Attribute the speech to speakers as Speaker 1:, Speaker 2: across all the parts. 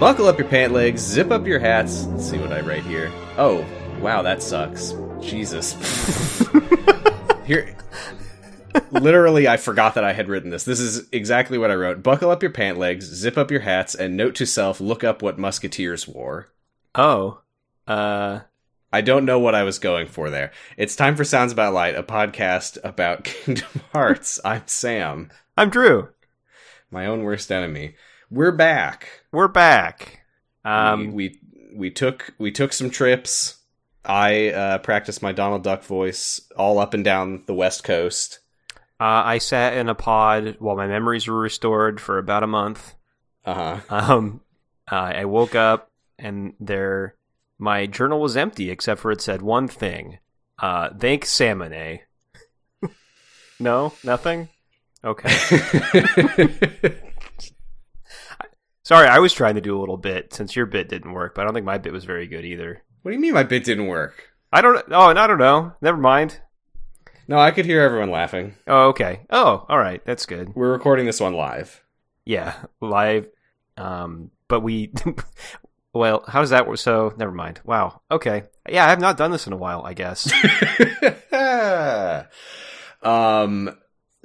Speaker 1: Buckle up your pant legs, zip up your hats. Let's see what I write here. Oh, wow, that sucks. Jesus. here. Literally, I forgot that I had written this. This is exactly what I wrote. Buckle up your pant legs, zip up your hats, and note to self look up what musketeers wore.
Speaker 2: Oh. Uh
Speaker 1: I don't know what I was going for there. It's time for Sounds About Light, a podcast about Kingdom Hearts. I'm Sam,
Speaker 2: I'm Drew.
Speaker 1: my own worst enemy. We're back.
Speaker 2: We're back.
Speaker 1: we,
Speaker 2: Um
Speaker 1: we we took we took some trips. I uh, practiced my Donald Duck voice all up and down the West Coast.
Speaker 2: uh, I sat in a pod while my memories were restored for about a month.
Speaker 1: Uh huh.
Speaker 2: Um uh, I woke up and there my journal was empty except for it said one thing. Uh thank Salmone. no? Nothing? Okay. Sorry, I was trying to do a little bit since your bit didn't work, but I don't think my bit was very good either.
Speaker 1: what do you mean my bit didn't work?
Speaker 2: I don't. Oh, and I don't know. Never mind.
Speaker 1: No, I could hear everyone laughing.
Speaker 2: Oh, okay. Oh, all right. That's good.
Speaker 1: We're recording this one live.
Speaker 2: Yeah, live. Um, but we. well, how does that work? So, never mind. Wow. Okay. Yeah, I have not done this in a while. I guess.
Speaker 1: um.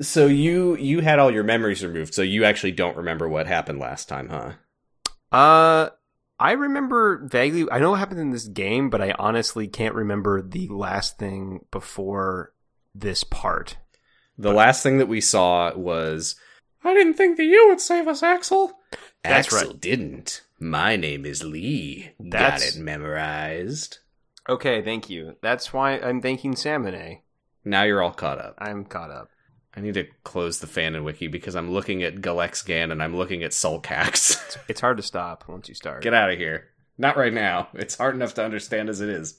Speaker 1: So you you had all your memories removed, so you actually don't remember what happened last time, huh?
Speaker 2: uh, I remember vaguely. I know what happened in this game, but I honestly can't remember the last thing before this part.
Speaker 1: The last thing that we saw was I didn't think that you would save us, Axel.
Speaker 2: That's
Speaker 1: Axel didn't. My name is Lee.
Speaker 2: That's-
Speaker 1: Got it memorized.
Speaker 2: Okay, thank you. That's why I'm thanking Salmone.
Speaker 1: Now you're all caught up.
Speaker 2: I'm caught up.
Speaker 1: I need to close the fan and wiki because I'm looking at Galexgan and I'm looking at Sulcax.
Speaker 2: It's hard to stop once you start.
Speaker 1: Get out of here. Not right now. It's hard enough to understand as it is.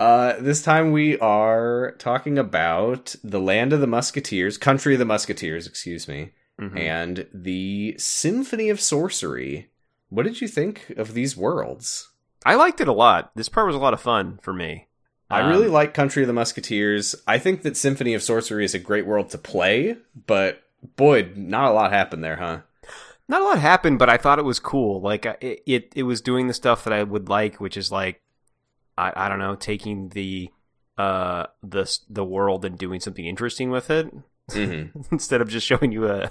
Speaker 1: Uh, this time we are talking about the land of the musketeers, country of the musketeers, excuse me,
Speaker 2: Mhm.
Speaker 1: and the Symphony of Sorcery. What did you think of these worlds?
Speaker 2: I liked it a lot. This part was a lot of fun for me.
Speaker 1: I
Speaker 2: Um,
Speaker 1: really like Country of the Musketeers. I think that Symphony of Sorcery is a great world to play, but boy, not a lot happened there, huh?
Speaker 2: Not a lot happened, but I thought it was cool. Like I- it, it, it was doing the stuff that I would like, which is like, I, I don't know, taking the, uh, the s- the world and doing something interesting with it
Speaker 1: Mhm.
Speaker 2: instead of just showing you a,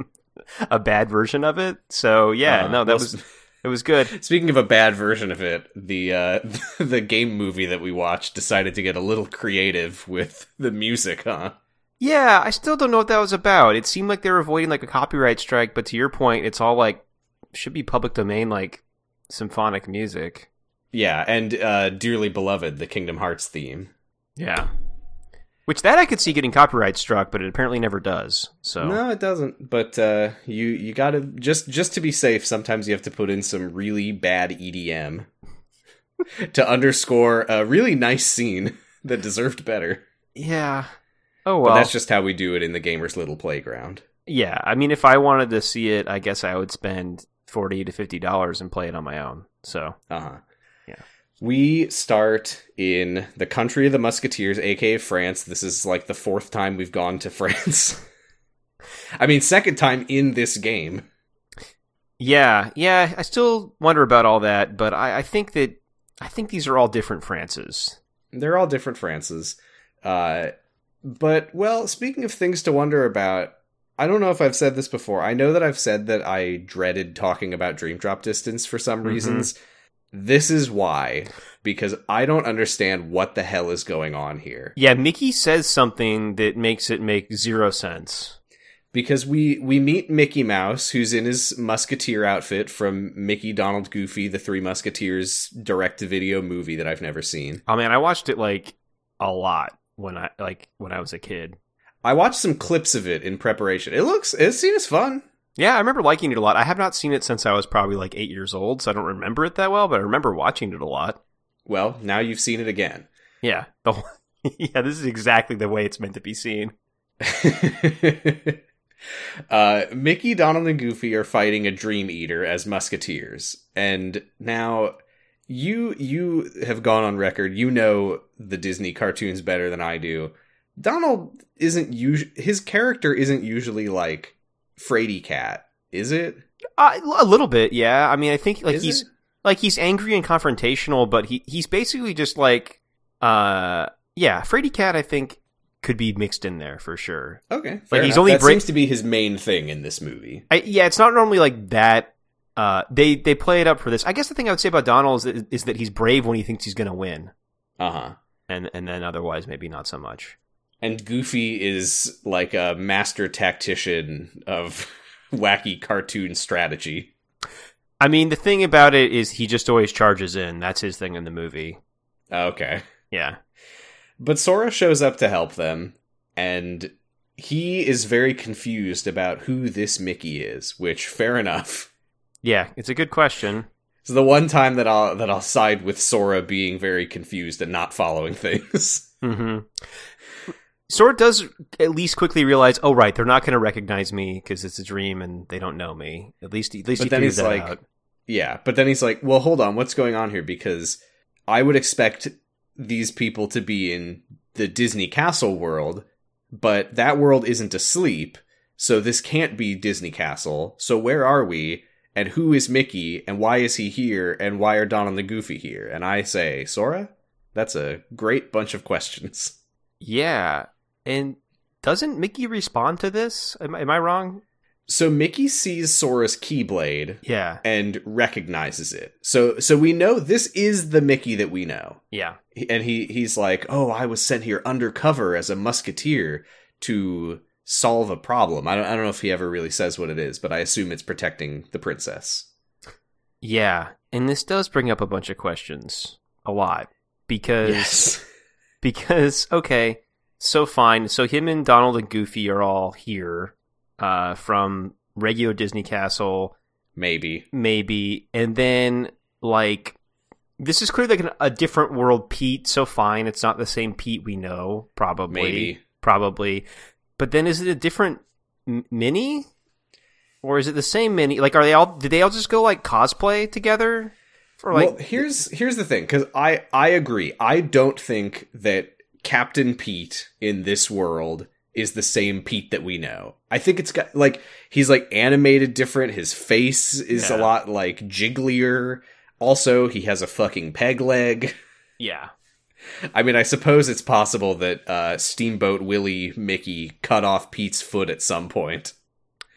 Speaker 2: a bad version of it. So yeah,
Speaker 1: Uh,
Speaker 2: no, that
Speaker 1: well,
Speaker 2: was it was good.
Speaker 1: Speaking of a bad version of it, the uh, the game movie that we watched decided to get a little creative with the music, huh?
Speaker 2: Yeah, I still don't know what that was about. It seemed like they were avoiding like a copyright strike, but to your point, it's all like should be public domain like symphonic music.
Speaker 1: Yeah, and uh, dearly beloved, the Kingdom Hearts theme.
Speaker 2: Yeah. Which that I could see getting copyright struck, but it apparently never does. So
Speaker 1: No, it doesn't. But uh, you you gotta just just to be safe. Sometimes you have to put in some really bad EDM to underscore a really nice scene that deserved better.
Speaker 2: Yeah. Oh
Speaker 1: But
Speaker 2: well.
Speaker 1: that's just how we do it in the gamer's little playground.
Speaker 2: yeah. I mean if I wanted to see it, I guess I would spend forty to fifty dollars and play it on my own. So
Speaker 1: Uh huh.
Speaker 2: Yeah.
Speaker 1: We start in the country of the Musketeers, aka France. This is like the fourth time we've gone to France. I mean, second time in this game.
Speaker 2: Yeah, yeah. I still wonder about all that, but I, I think that I think these are all different Frances.
Speaker 1: They're all different Frances. Uh, but, well, speaking of things to wonder about, I don't know if I've said this before. I know that I've said that I dreaded talking about Dream Drop Distance for some
Speaker 2: Mhm.
Speaker 1: reasons. This is why, because I don't understand what the hell is going on here.
Speaker 2: Yeah, Mickey says something that makes it make zero sense.
Speaker 1: because we we meet Mickey Mouse, who's in his musketeer outfit from Mickey, Donald, Goofy, the Three Musketeers direct-to-video movie that I've never seen.
Speaker 2: Oh man, I watched it like a lot when I like when I was a kid.
Speaker 1: I watched some clips of it in preparation. It looks it seems fun.
Speaker 2: Yeah, I remember liking it a lot. I have not seen it since I was probably like eight years old, so I don't remember it that well, but I remember watching it a lot.
Speaker 1: Well, now you've seen it again.
Speaker 2: Yeah. The whole- yeah, this is exactly the way it's meant to be seen.
Speaker 1: uh, Mickey, Donald, and Goofy are fighting a Dream Eater as musketeers, and now you you have gone on record. You know the Disney cartoons better than I do. Donald isn't usu- his character isn't usually like Fraidy Cat, is it?
Speaker 2: Uh, a little bit, yeah. I mean, I think like
Speaker 1: Is
Speaker 2: he's
Speaker 1: it?
Speaker 2: like he's angry and confrontational, but he he's basically just like, uh, yeah. Frady Cat, I think, could be mixed in there for sure.
Speaker 1: Okay, fair
Speaker 2: he's
Speaker 1: enough.
Speaker 2: only
Speaker 1: that
Speaker 2: break-
Speaker 1: seems to be his main thing in this movie.
Speaker 2: I, yeah, it's not normally like that. Uh, they they play it up for this. I guess the thing I would say about Donald is, is that he's brave when he thinks he's going to win,
Speaker 1: Uh huh.
Speaker 2: and and then otherwise maybe not so much.
Speaker 1: And Goofy is like a master tactician of wacky cartoon strategy.
Speaker 2: I mean, the thing about it is he just always charges in. That's his thing in the movie.
Speaker 1: Uh, Okay.
Speaker 2: Yeah,
Speaker 1: But Sora shows up to help them, and he is very confused about who this Mickey is, which fair enough.
Speaker 2: yeah. It's a good question.
Speaker 1: It's the one time that I'll that I'll side with Sora being very confused and not following things.
Speaker 2: hmm Sora does at least quickly realize, oh right, they're not going to recognize me because it's a dream and they don't know me. At least, at least
Speaker 1: But
Speaker 2: he
Speaker 1: then
Speaker 2: figures
Speaker 1: he's
Speaker 2: that
Speaker 1: like-
Speaker 2: out.
Speaker 1: yeah, but then he's like, "Well, hold on, what's going on here?" Because I would expect these people to be in the Disney Castle world, but that world isn't asleep, so this can't be Disney Castle. So where are we? And who is Mickey? And why is he here? And why are Donald and Goofy here? And I say, Sora, that's a great bunch of questions.
Speaker 2: Yeah, and doesn't Mickey respond to this? Am, am I wrong?
Speaker 1: So Mickey sees Sora's Keyblade
Speaker 2: Yeah,
Speaker 1: and recognizes it. So so we know this is the Mickey that we know.
Speaker 2: yeah,
Speaker 1: and he he's like, "Oh, I was sent here undercover as a musketeer to solve a problem." I don't I don't know if he ever really says what it is, but I assume it's protecting the princess.
Speaker 2: yeah. And this does bring up a bunch of questions, a lot, because because okay, so fine. So him and Donald and Goofy are all here uh, from Regio Disney Castle.
Speaker 1: maybe.
Speaker 2: maybe and then like this is clearly like an, a different world pete so fine it's not the same pete we know probably
Speaker 1: Maybe.
Speaker 2: probably but then is it a different m- mini or is it the same mini like are they all did they all just go like cosplay together for like
Speaker 1: well, here's here's the thing cuz I I agree. I don't think that Captain Pete in this world is the same Pete that we know. I think it's got like he's like animated different, his face is a
Speaker 2: Yeah.
Speaker 1: lot like jigglier. Also, he has a fucking peg leg.
Speaker 2: yeah
Speaker 1: I mean, I suppose it's possible that uh, Steamboat Willie Mickey cut off Pete's foot at some point,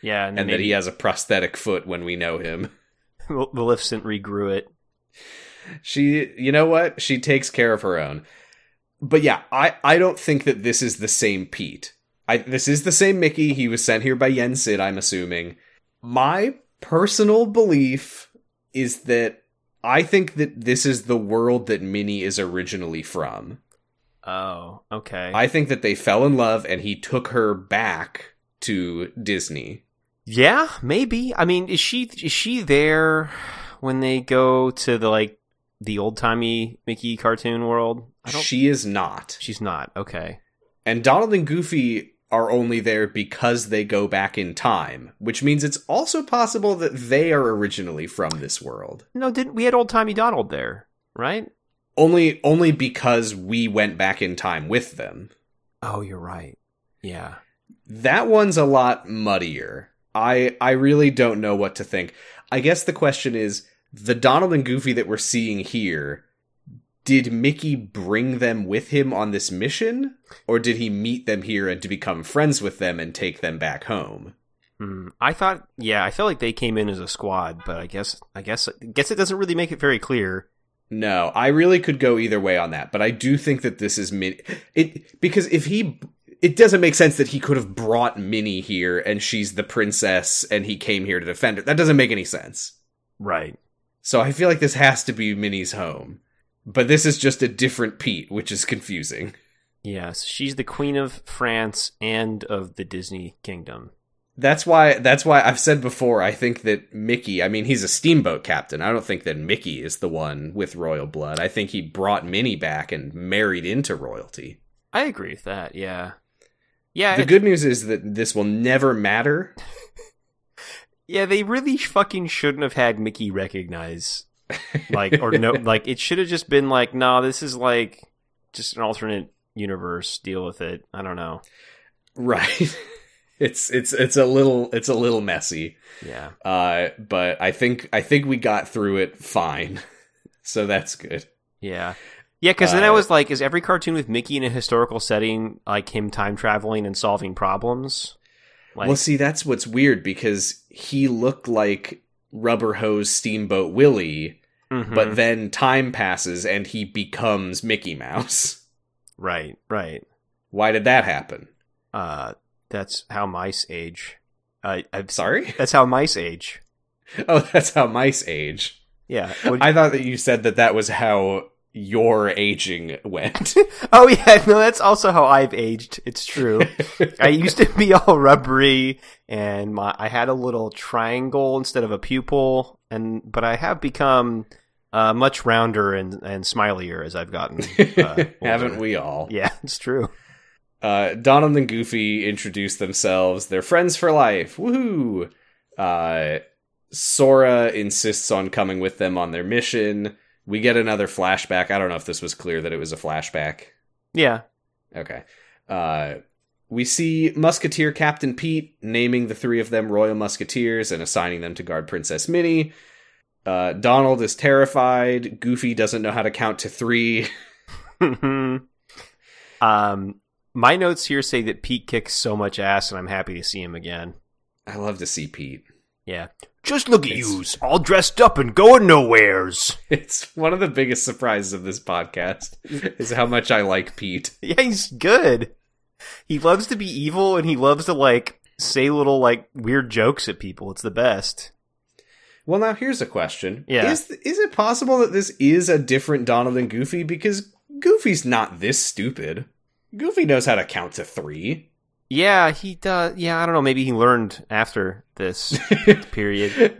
Speaker 2: yeah and,
Speaker 1: and that
Speaker 2: maybe
Speaker 1: he has a prosthetic foot when we know him.
Speaker 2: Maleficent regrew it
Speaker 1: She, you know what? She takes care of her own. But yeah, I, I don't think that this is the same Pete. I, this is the same Mickey. He was sent here by Yen Sid, I'm assuming. My personal belief is that I think that this is the world that Minnie is originally from.
Speaker 2: oh okay
Speaker 1: I think that they fell in love and he took her back to Disney.
Speaker 2: Yeah, maybe. I mean, is she is she there when they go to the like the old timey Mickey cartoon world? I don't.
Speaker 1: She is not.
Speaker 2: she's not. Okay.
Speaker 1: And Donald and Goofy are only there because they go back in time, which means it's also possible that they are originally from this world.
Speaker 2: No, didn't we had old timey Donald there, right?
Speaker 1: Only only because we went back in time with them.
Speaker 2: Oh, you're right. Yeah.
Speaker 1: That one's a lot muddier. I I really don't know what to think. I guess the question is the Donald and Goofy that we're seeing here did Mickey bring them with him on this mission or did he meet them here and to become friends with them and take them back home?
Speaker 2: Hmm. I thought. Yeah, I felt like they came in as a squad, but I guess I guess I guess it doesn't really make it very clear.
Speaker 1: No, I really could go either way on that, but I do think that this is Min it because if he it doesn't make sense that he could have brought Minnie here and she's the princess and he came here to defend her. That doesn't make any sense.
Speaker 2: Right.
Speaker 1: So I feel like this has to be Minnie's home. But this is just a different Pete, which is confusing.
Speaker 2: Yes, she's the queen of France and of the Disney kingdom.
Speaker 1: That's why that's why I've said before I think that Mickey, I mean he's a steamboat captain. I don't think that Mickey is the one with royal blood. I think he brought Minnie back and married into royalty.
Speaker 2: I agree with that. Yeah. Yeah.
Speaker 1: The
Speaker 2: it-
Speaker 1: good news is that this will never matter.
Speaker 2: Yeah, they really fucking shouldn't have had Mickey recognize like or no like it should have just been like, nah, this is like just an alternate universe, deal with it. I don't know.
Speaker 1: Right. it's it's it's a little it's a little messy.
Speaker 2: Yeah.
Speaker 1: Uh, but I think I think we got through it fine. So that's good.
Speaker 2: Yeah. Yeah, because then I
Speaker 1: Uh,
Speaker 2: was like, is every cartoon with Mickey in a historical setting like him time traveling and solving problems? Like,
Speaker 1: well, see, that's what's weird because he looked like rubber hose steamboat Willie,
Speaker 2: mhm.
Speaker 1: but then time passes and he becomes Mickey Mouse.
Speaker 2: right, right.
Speaker 1: Why did that happen?
Speaker 2: Uh, that's how mice age. Uh, I'm sorry.
Speaker 1: Sorry.
Speaker 2: That's how mice age.
Speaker 1: Oh, that's how mice age.
Speaker 2: Yeah. Would-
Speaker 1: I thought that you said that that was how your aging went.
Speaker 2: oh yeah. No, that's also how I've aged. It's true. I used to be all rubbery, and my I had a little triangle instead of a pupil, and but I have become uh, much rounder and and smilier as I've gotten. Uh,
Speaker 1: Haven't
Speaker 2: older.
Speaker 1: we all?
Speaker 2: Yeah, it's true.
Speaker 1: Uh, Donald and Goofy introduce themselves. They're friends for life. Woohoo! Uh, Sora insists on coming with them on their mission. We get another flashback. I don't know if this was clear that it was a flashback.
Speaker 2: Yeah.
Speaker 1: Okay. Uh, we see Musketeer Captain Pete naming the three of them Royal Musketeers and assigning them to guard Princess Minnie. Uh, Donald is terrified. Goofy doesn't know how to count to three.
Speaker 2: um, my notes here say that Pete kicks so much ass, and I'm happy to see him again.
Speaker 1: I love to see Pete.
Speaker 2: Yeah. Just look
Speaker 1: It's-
Speaker 2: yous, all dressed up and going nowheres.
Speaker 1: It's one of the biggest surprises of this podcast is how much I like Pete.
Speaker 2: Yeah, he's good. He loves to be evil and he loves to like say little like weird jokes at people. It's the best.
Speaker 1: Well, now here's a question.
Speaker 2: Yeah.
Speaker 1: Is is it possible that this is a different Donald than Goofy because Goofy's not this stupid. Goofy knows how to count to 3.
Speaker 2: Yeah, he does. Yeah, I don't know. Maybe he learned after this period.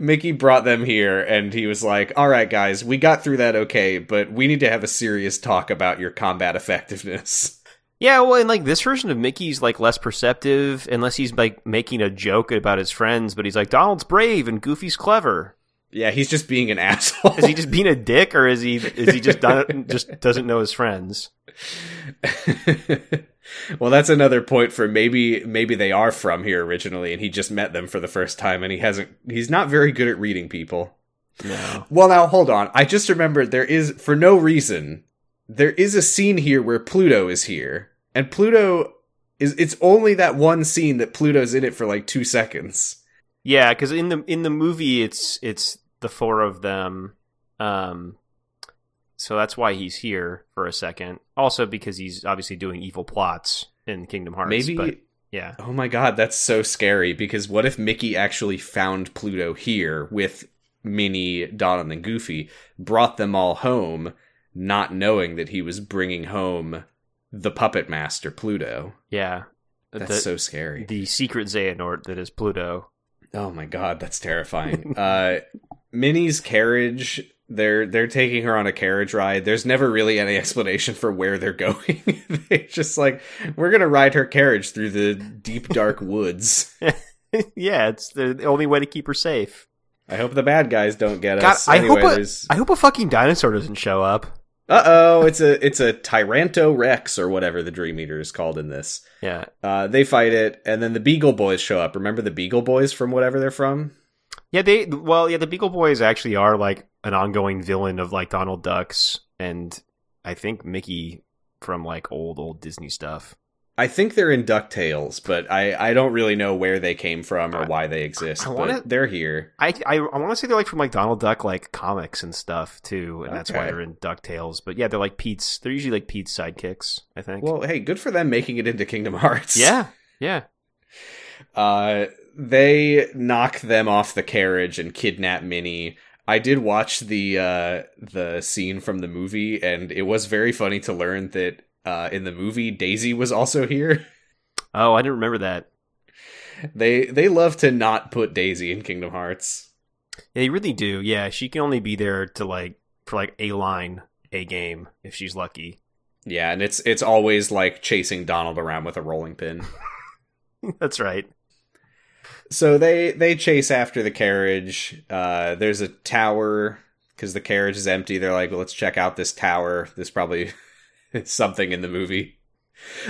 Speaker 1: Mickey brought them here and he was like, "All right guys, we got through that okay, but we need to have a serious talk about your combat effectiveness."
Speaker 2: Yeah, well, and like this version of Mickey's like less perceptive unless he's like making a joke about his friends, but he's like Donald's brave and Goofy's clever.
Speaker 1: Yeah, he's just being an asshole.
Speaker 2: Is he just being a dick or is he is he just done, just doesn't know his friends?
Speaker 1: well, that's another point for maybe maybe they are from here originally and he just met them for the first time and he hasn't he's not very good at reading people.
Speaker 2: No.
Speaker 1: Well, now hold on. I just remembered there is for no reason there is a scene here where Pluto is here and Pluto is it's only that one scene that Pluto's in it for like 2 seconds.
Speaker 2: Yeah, because in the in the movie, it's it's the four of them, um, so that's why he's here for a second. Also, because he's obviously doing evil plots in Kingdom Hearts.
Speaker 1: Maybe
Speaker 2: but yeah,
Speaker 1: Oh my god, that's so scary because what if Mickey actually found Pluto here with Minnie, Donald, and Goofy, brought them all home, not knowing that he was bringing home the puppet master Pluto?
Speaker 2: yeah,
Speaker 1: That's
Speaker 2: the,
Speaker 1: so scary.
Speaker 2: the secret Xehanort that is Pluto.
Speaker 1: oh my god, that's terrifying. uh, Minnie's carriage. They're they're taking her on a carriage ride. There's never really any explanation for where they're going. they just like we're gonna ride her carriage through the deep dark woods.
Speaker 2: yeah, it's the the only way to keep her safe.
Speaker 1: I hope the bad guys don't get
Speaker 2: God,
Speaker 1: us.
Speaker 2: I
Speaker 1: Anyway,
Speaker 2: hope a-
Speaker 1: there's
Speaker 2: I hope a fucking dinosaur doesn't show up.
Speaker 1: uh oh, it's a it's a Tyranto Rex or whatever the Dream Eater is called in this.
Speaker 2: Yeah,
Speaker 1: Uh, they fight it, and then the Beagle Boys show up. Remember the Beagle Boys from whatever they're from?
Speaker 2: yeah, they well, yeah, the Beagle Boys actually are like an ongoing villain of like Donald Ducks and I think Mickey from like old old Disney stuff.
Speaker 1: I think they're in Ducktales, but I I don't really know where they came from or
Speaker 2: I-
Speaker 1: why they exist.
Speaker 2: I wanna-
Speaker 1: but they're here.
Speaker 2: I I, I want to say they're like from like Donald Duck like comics and stuff too, and that's why
Speaker 1: Okay.
Speaker 2: they're in Ducktales. But yeah, they're like Pete's. They're usually like Pete's sidekicks. I think.
Speaker 1: Well, hey, good for them making it into Kingdom Hearts.
Speaker 2: yeah, yeah,
Speaker 1: Uh, they knock them off the carriage and kidnap Minnie. I did watch the uh, the scene from the movie, and it was very funny to learn that uh, in the movie Daisy was also here.
Speaker 2: Oh, I didn't remember that.
Speaker 1: they they love to not put Daisy in Kingdom Hearts.
Speaker 2: They really do. Yeah, she can only be there to like for like a line, a game if she's lucky.
Speaker 1: Yeah, and it's it's always like chasing Donald around with a rolling pin.
Speaker 2: that's right.
Speaker 1: so they they chase after the carriage uh there's a tower because the carriage is empty they're like well, let's check out this tower There's probably something in the movie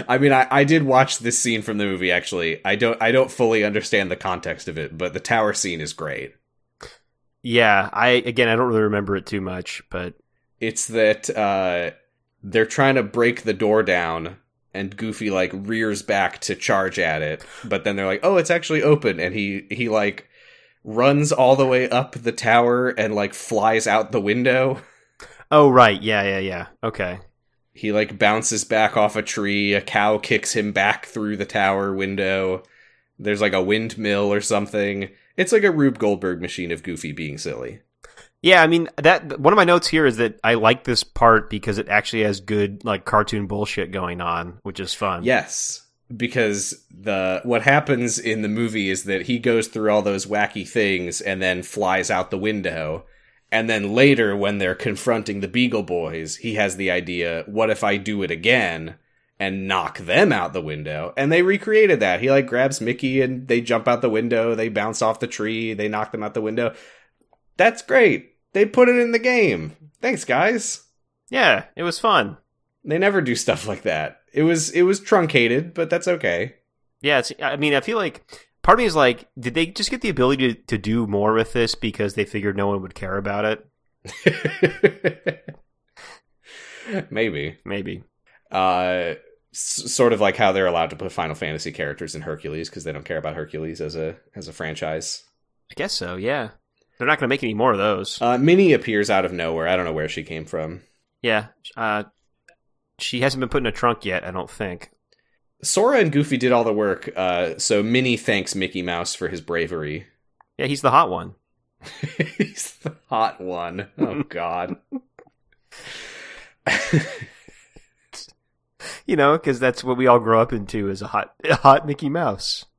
Speaker 1: I mean, I, I did watch this scene from the movie. Actually, I don't I don't fully understand the context of it, but the tower scene is great.
Speaker 2: Yeah, I again I don't really remember it too much, but
Speaker 1: It's that uh, they're trying to break the door down, and Goofy like rears back to charge at it, but then they're like, "Oh, it's actually open," and he he like runs all the way up the tower and like flies out the window.
Speaker 2: oh right, yeah, yeah, yeah. Okay.
Speaker 1: He like bounces back off a tree. A cow kicks him back through the tower window. There's like a windmill or something. It's like a Rube Goldberg machine of Goofy being silly.
Speaker 2: Yeah, I mean that one of my notes here is that I like this part because it actually has good like cartoon bullshit going on, which is fun.
Speaker 1: Yes, because the what happens in the movie is that he goes through all those wacky things and then flies out the window. And then later, when they're confronting the Beagle Boys, he has the idea: what if I do it again and knock them out the window? And they recreated that. He like grabs Mickey and they jump out the window. They bounce off the tree. They knock them out the window. That's great. They put it in the game. Thanks, guys
Speaker 2: Yeah, it was fun.
Speaker 1: they never do stuff like that it was it was truncated but that's okay
Speaker 2: Yeah, it's, I mean, I feel like part of me is like, did they just get the ability to, to do more with this because they figured no one would care about it?
Speaker 1: maybe
Speaker 2: Maybe.
Speaker 1: uh s- sort of like how they're allowed to put final fantasy characters in hercules because they don't care about hercules as a as a franchise
Speaker 2: I guess so. Yeah, they're not going to make any more of those.
Speaker 1: uh minnie appears out of nowhere i don't know where she came from
Speaker 2: yeah, uh, she hasn't been put in a trunk yet. I don't think.
Speaker 1: sora and goofy did all the work uh so minnie thanks mickey mouse for his bravery
Speaker 2: Yeah, he's the hot one.
Speaker 1: He's the hot one. Oh god.
Speaker 2: You know, because that's what we all grow up into is a hot, a hot Mickey Mouse.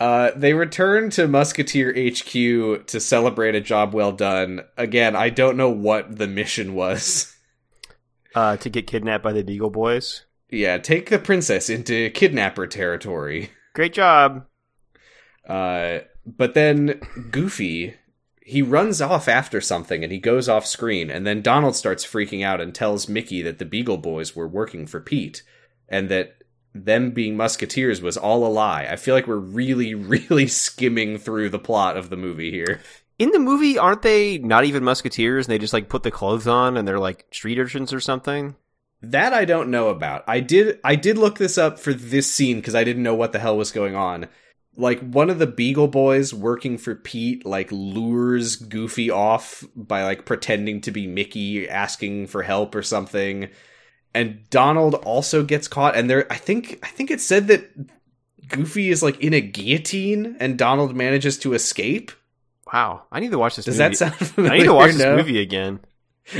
Speaker 1: Uh, they return to Musketeer HQ to celebrate a job well done. Again, I don't know what the mission was.
Speaker 2: Uh, to get kidnapped by the Beagle Boys.
Speaker 1: yeah, take the princess into kidnapper territory.
Speaker 2: Great job.
Speaker 1: Uh, but then Goofy, he runs off after something and he goes off screen. And then Donald starts freaking out and tells Mickey that the Beagle Boys were working for Pete and that them being Musketeers was all a lie. I feel like we're really, really skimming through the plot of the movie here.
Speaker 2: In the movie, aren't they not even musketeers? And they just like put the clothes on and they're like street urchins or something.
Speaker 1: That I don't know about. I did I did look this up for this scene because I didn't know what the hell was going on. Like one of the Beagle Boys working for Pete like lures Goofy off by like pretending to be Mickey asking for help or something. And Donald also gets caught and there I think I think it said that Goofy is like in a guillotine and Donald manages to escape.
Speaker 2: Wow, I need to watch this.
Speaker 1: Does
Speaker 2: movie.
Speaker 1: that sound familiar?
Speaker 2: I need to watch this
Speaker 1: No?
Speaker 2: movie again.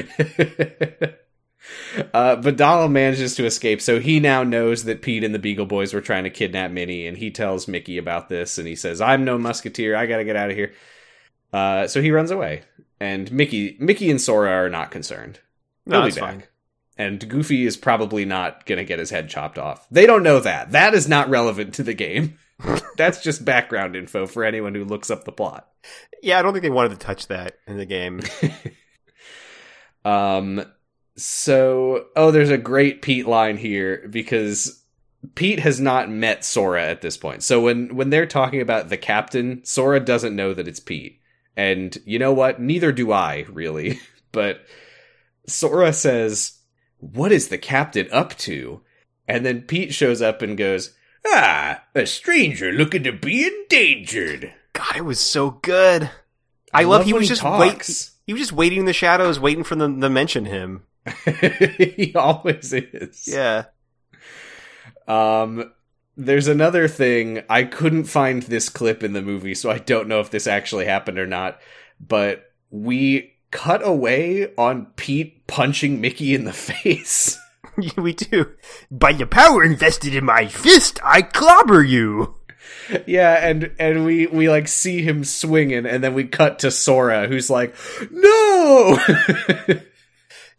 Speaker 1: uh, but Donald manages to escape, so he now knows that Pete and the Beagle Boys were trying to kidnap Minnie, and he tells Mickey about this, and he says, "I'm no musketeer. I gotta get out of here." Uh, so he runs away, and Mickey, Mickey and Sora are not concerned.
Speaker 2: No,
Speaker 1: They'll be
Speaker 2: that's
Speaker 1: back.
Speaker 2: fine.
Speaker 1: And Goofy is probably not gonna get his head chopped off. They don't know that. That is not relevant to the game. That's just background info for anyone who looks up the plot.
Speaker 2: Yeah, I don't think they wanted to touch that in the game.
Speaker 1: Um, so, oh, there's a great Pete line here because Pete has not met Sora at this point. So when when they're talking about the captain, Sora doesn't know that it's Pete, and you know what? Neither do I really. But Sora says, "What is the captain up to?" And then Pete shows up and goes, "Ah, a stranger looking to be endangered."
Speaker 2: God, it was so good. I, love, he
Speaker 1: when
Speaker 2: was just wait,
Speaker 1: talks.
Speaker 2: he was just waiting in the shadows, waiting for them to mention him.
Speaker 1: he always is.
Speaker 2: Yeah.
Speaker 1: Um, there's another thing. I couldn't find this clip in the movie, so I don't know if this actually happened or not. But we cut away on Pete punching Mickey in the face.
Speaker 2: we do. By the power invested in my fist, I clobber you.
Speaker 1: yeah, and and we we like see him swinging, and then we cut to Sora, who's like, "No."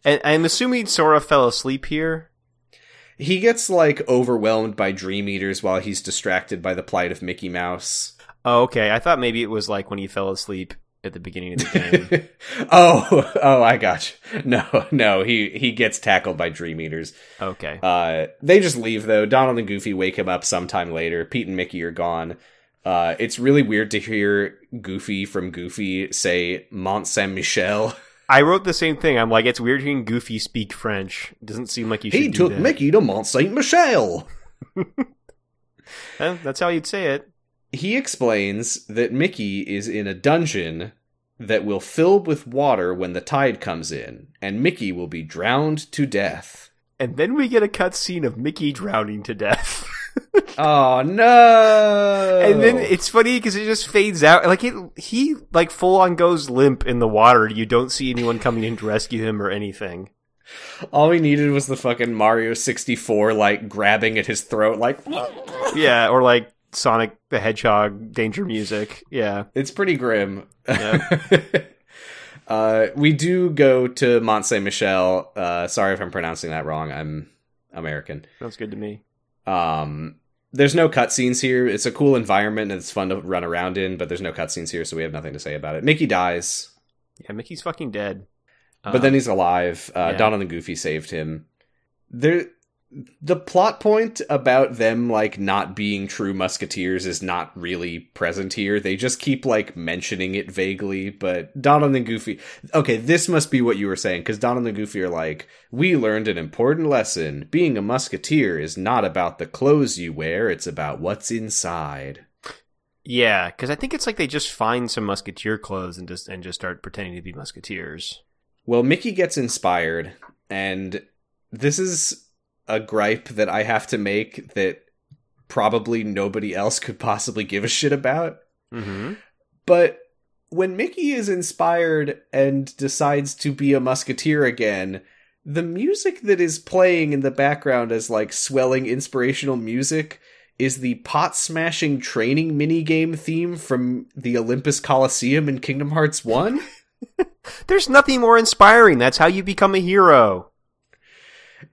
Speaker 2: And I'm assuming Sora fell asleep here.
Speaker 1: he gets like overwhelmed by dream eaters while he's distracted by the plight of Mickey Mouse.
Speaker 2: Oh, okay. I thought maybe it was like when he fell asleep at the beginning of the game.
Speaker 1: oh, oh, I got you. No, no, he he gets tackled by Dream Eaters.
Speaker 2: okay.
Speaker 1: Uh, they just leave though. Donald and Goofy wake him up sometime later. Pete and Mickey are gone. Uh, it's really weird to hear Goofy from Goofy say Mont Saint Michel.
Speaker 2: I wrote the same thing. I'm like, it's weird hearing Goofy speak French. Doesn't seem like you should
Speaker 1: He
Speaker 2: do
Speaker 1: took
Speaker 2: that.
Speaker 1: Mickey to Mont Saint Michel.
Speaker 2: Eh, that's how you'd say it.
Speaker 1: He explains that Mickey is in a dungeon that will fill with water when the tide comes in, and Mickey will be drowned to death.
Speaker 2: And then we get a cutscene of Mickey drowning to death.
Speaker 1: Oh no!
Speaker 2: And then it's funny because it just fades out. Like it, he like full on goes limp in the water. You don't see anyone coming in to rescue him or anything.
Speaker 1: all we needed was the fucking Mario sixty four like grabbing at his throat, like
Speaker 2: Yeah, or like Sonic the Hedgehog danger music. Yeah,
Speaker 1: it's pretty grim.
Speaker 2: yeah.
Speaker 1: uh, we do go to Mont Saint Michel. Uh, sorry if I'm pronouncing that wrong. I'm American.
Speaker 2: sounds good to me.
Speaker 1: Um, there's no cutscenes here. It's a cool environment and it's fun to run around in, but there's no cutscenes here, so we have nothing to say about it. Mickey dies,
Speaker 2: Yeah, Mickey's fucking dead.
Speaker 1: but then he's alive. Uh,
Speaker 2: Um, yeah.
Speaker 1: Donald and Goofy saved him. There, the plot point about them like not being true musketeers is not really present here. They just keep like mentioning it vaguely. But Donald and Goofy, okay, this must be what you were saying because Donald and Goofy are like, we learned an important lesson. Being a musketeer is not about the clothes you wear; it's about what's inside.
Speaker 2: yeah, because I think it's like they just find some musketeer clothes and just and just start pretending to be musketeers.
Speaker 1: Well, Mickey gets inspired, and this is a gripe that I have to make that probably nobody else could possibly give a shit about.
Speaker 2: Mm-hmm.
Speaker 1: But when Mickey is inspired and decides to be a musketeer again, the music that is playing in the background as like swelling inspirational music is the pot smashing training minigame theme from the Olympus Coliseum in Kingdom Hearts 1.
Speaker 2: There's nothing more inspiring. That's how you become a hero.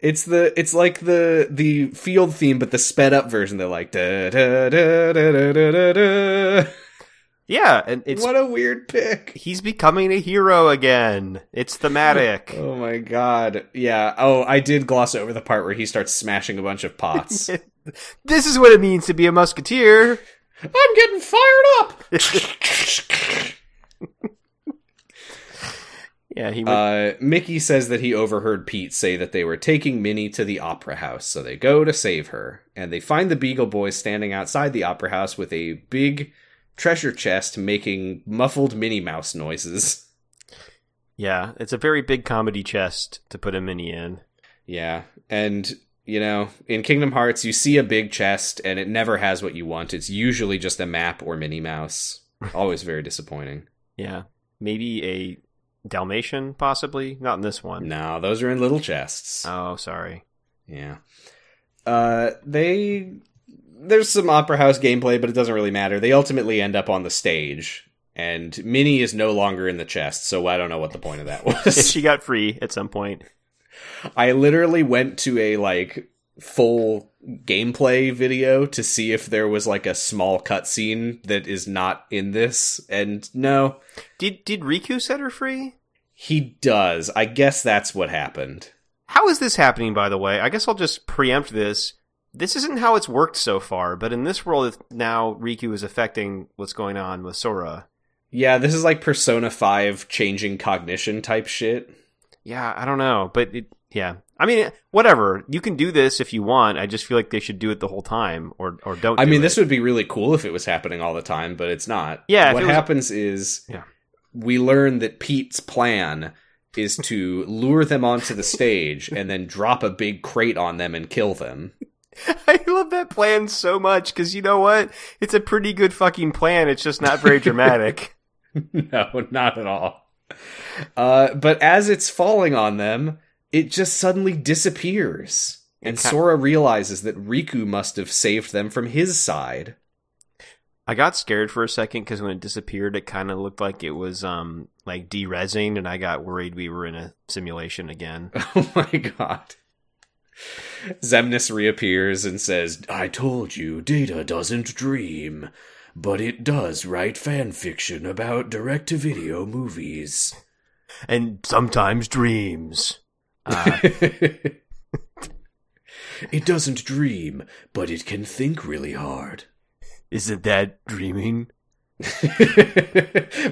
Speaker 1: It's the it's like the the field theme, but the sped up version. They're like da da da da da da da. da.
Speaker 2: Yeah, and it's
Speaker 1: what a weird pick.
Speaker 2: he's becoming a hero again. It's thematic.
Speaker 1: Oh my god. Yeah. Oh, I did gloss over the part where he starts smashing a bunch of pots.
Speaker 2: this is what it means to be a musketeer.
Speaker 1: I'm getting fired up.
Speaker 2: Yeah, he went,
Speaker 1: Uh, Mickey says that he overheard Pete say that they were taking Minnie to the opera house, so they go to save her, and they find the Beagle Boys standing outside the opera house with a big treasure chest making muffled Minnie Mouse noises.
Speaker 2: yeah, it's a very big comedy chest to put a mini in.
Speaker 1: Yeah, and you know, in Kingdom Hearts, you see a big chest, and it never has what you want. It's usually just a map or Minnie Mouse. Always very disappointing.
Speaker 2: Yeah, maybe a Dalmatian, possibly not in this one.
Speaker 1: No, those are in little chests.
Speaker 2: Oh, sorry.
Speaker 1: Yeah. Uh, they there's some opera house gameplay, but it doesn't really matter. They ultimately end up on the stage, and Minnie is no longer in the chest, so I don't know what the point of that
Speaker 2: Yeah,
Speaker 1: was.
Speaker 2: she got free at some point.
Speaker 1: I literally went to a like full gameplay video to see if there was like a small cutscene that is not in this, and no,
Speaker 2: Did did Riku set her free?
Speaker 1: he does. I guess that's what happened.
Speaker 2: How is this happening, by the way? I guess I'll just preempt this. This isn't how it's worked so far, but in this world it's now, Riku is affecting what's going on with Sora.
Speaker 1: Yeah, this is like Persona 5 changing cognition type shit.
Speaker 2: Yeah, I don't know, but it, yeah, I mean, whatever. You can do this if you want. I just feel like they should do it the whole time, or or don't.
Speaker 1: I
Speaker 2: do
Speaker 1: mean,
Speaker 2: it.
Speaker 1: this would be really cool if it was happening all the time, but it's not.
Speaker 2: Yeah, if
Speaker 1: What
Speaker 2: it was-
Speaker 1: happens is
Speaker 2: Yeah.
Speaker 1: we learn that Pete's plan is to lure them onto the stage and then drop a big crate on them and kill them.
Speaker 2: I love that plan so much because you know what? It's a pretty good fucking plan. It's just not very dramatic.
Speaker 1: no, not at all. Uh, but as it's falling on them, it just suddenly disappears.
Speaker 2: It
Speaker 1: And
Speaker 2: ki-
Speaker 1: Sora realizes that Riku must have saved them from his side.
Speaker 2: I got scared for a second because when it disappeared, it kind of looked like it was um like derezzing, and I got worried we were in a simulation again.
Speaker 1: Oh my god. Zemnis reappears and says, I told you, Data doesn't dream.
Speaker 3: but it does write fanfiction about direct to video movies.
Speaker 2: and sometimes dreams.
Speaker 1: Ah.
Speaker 2: Uh,
Speaker 3: it doesn't dream, but it can think really hard.
Speaker 2: isn't that dreaming?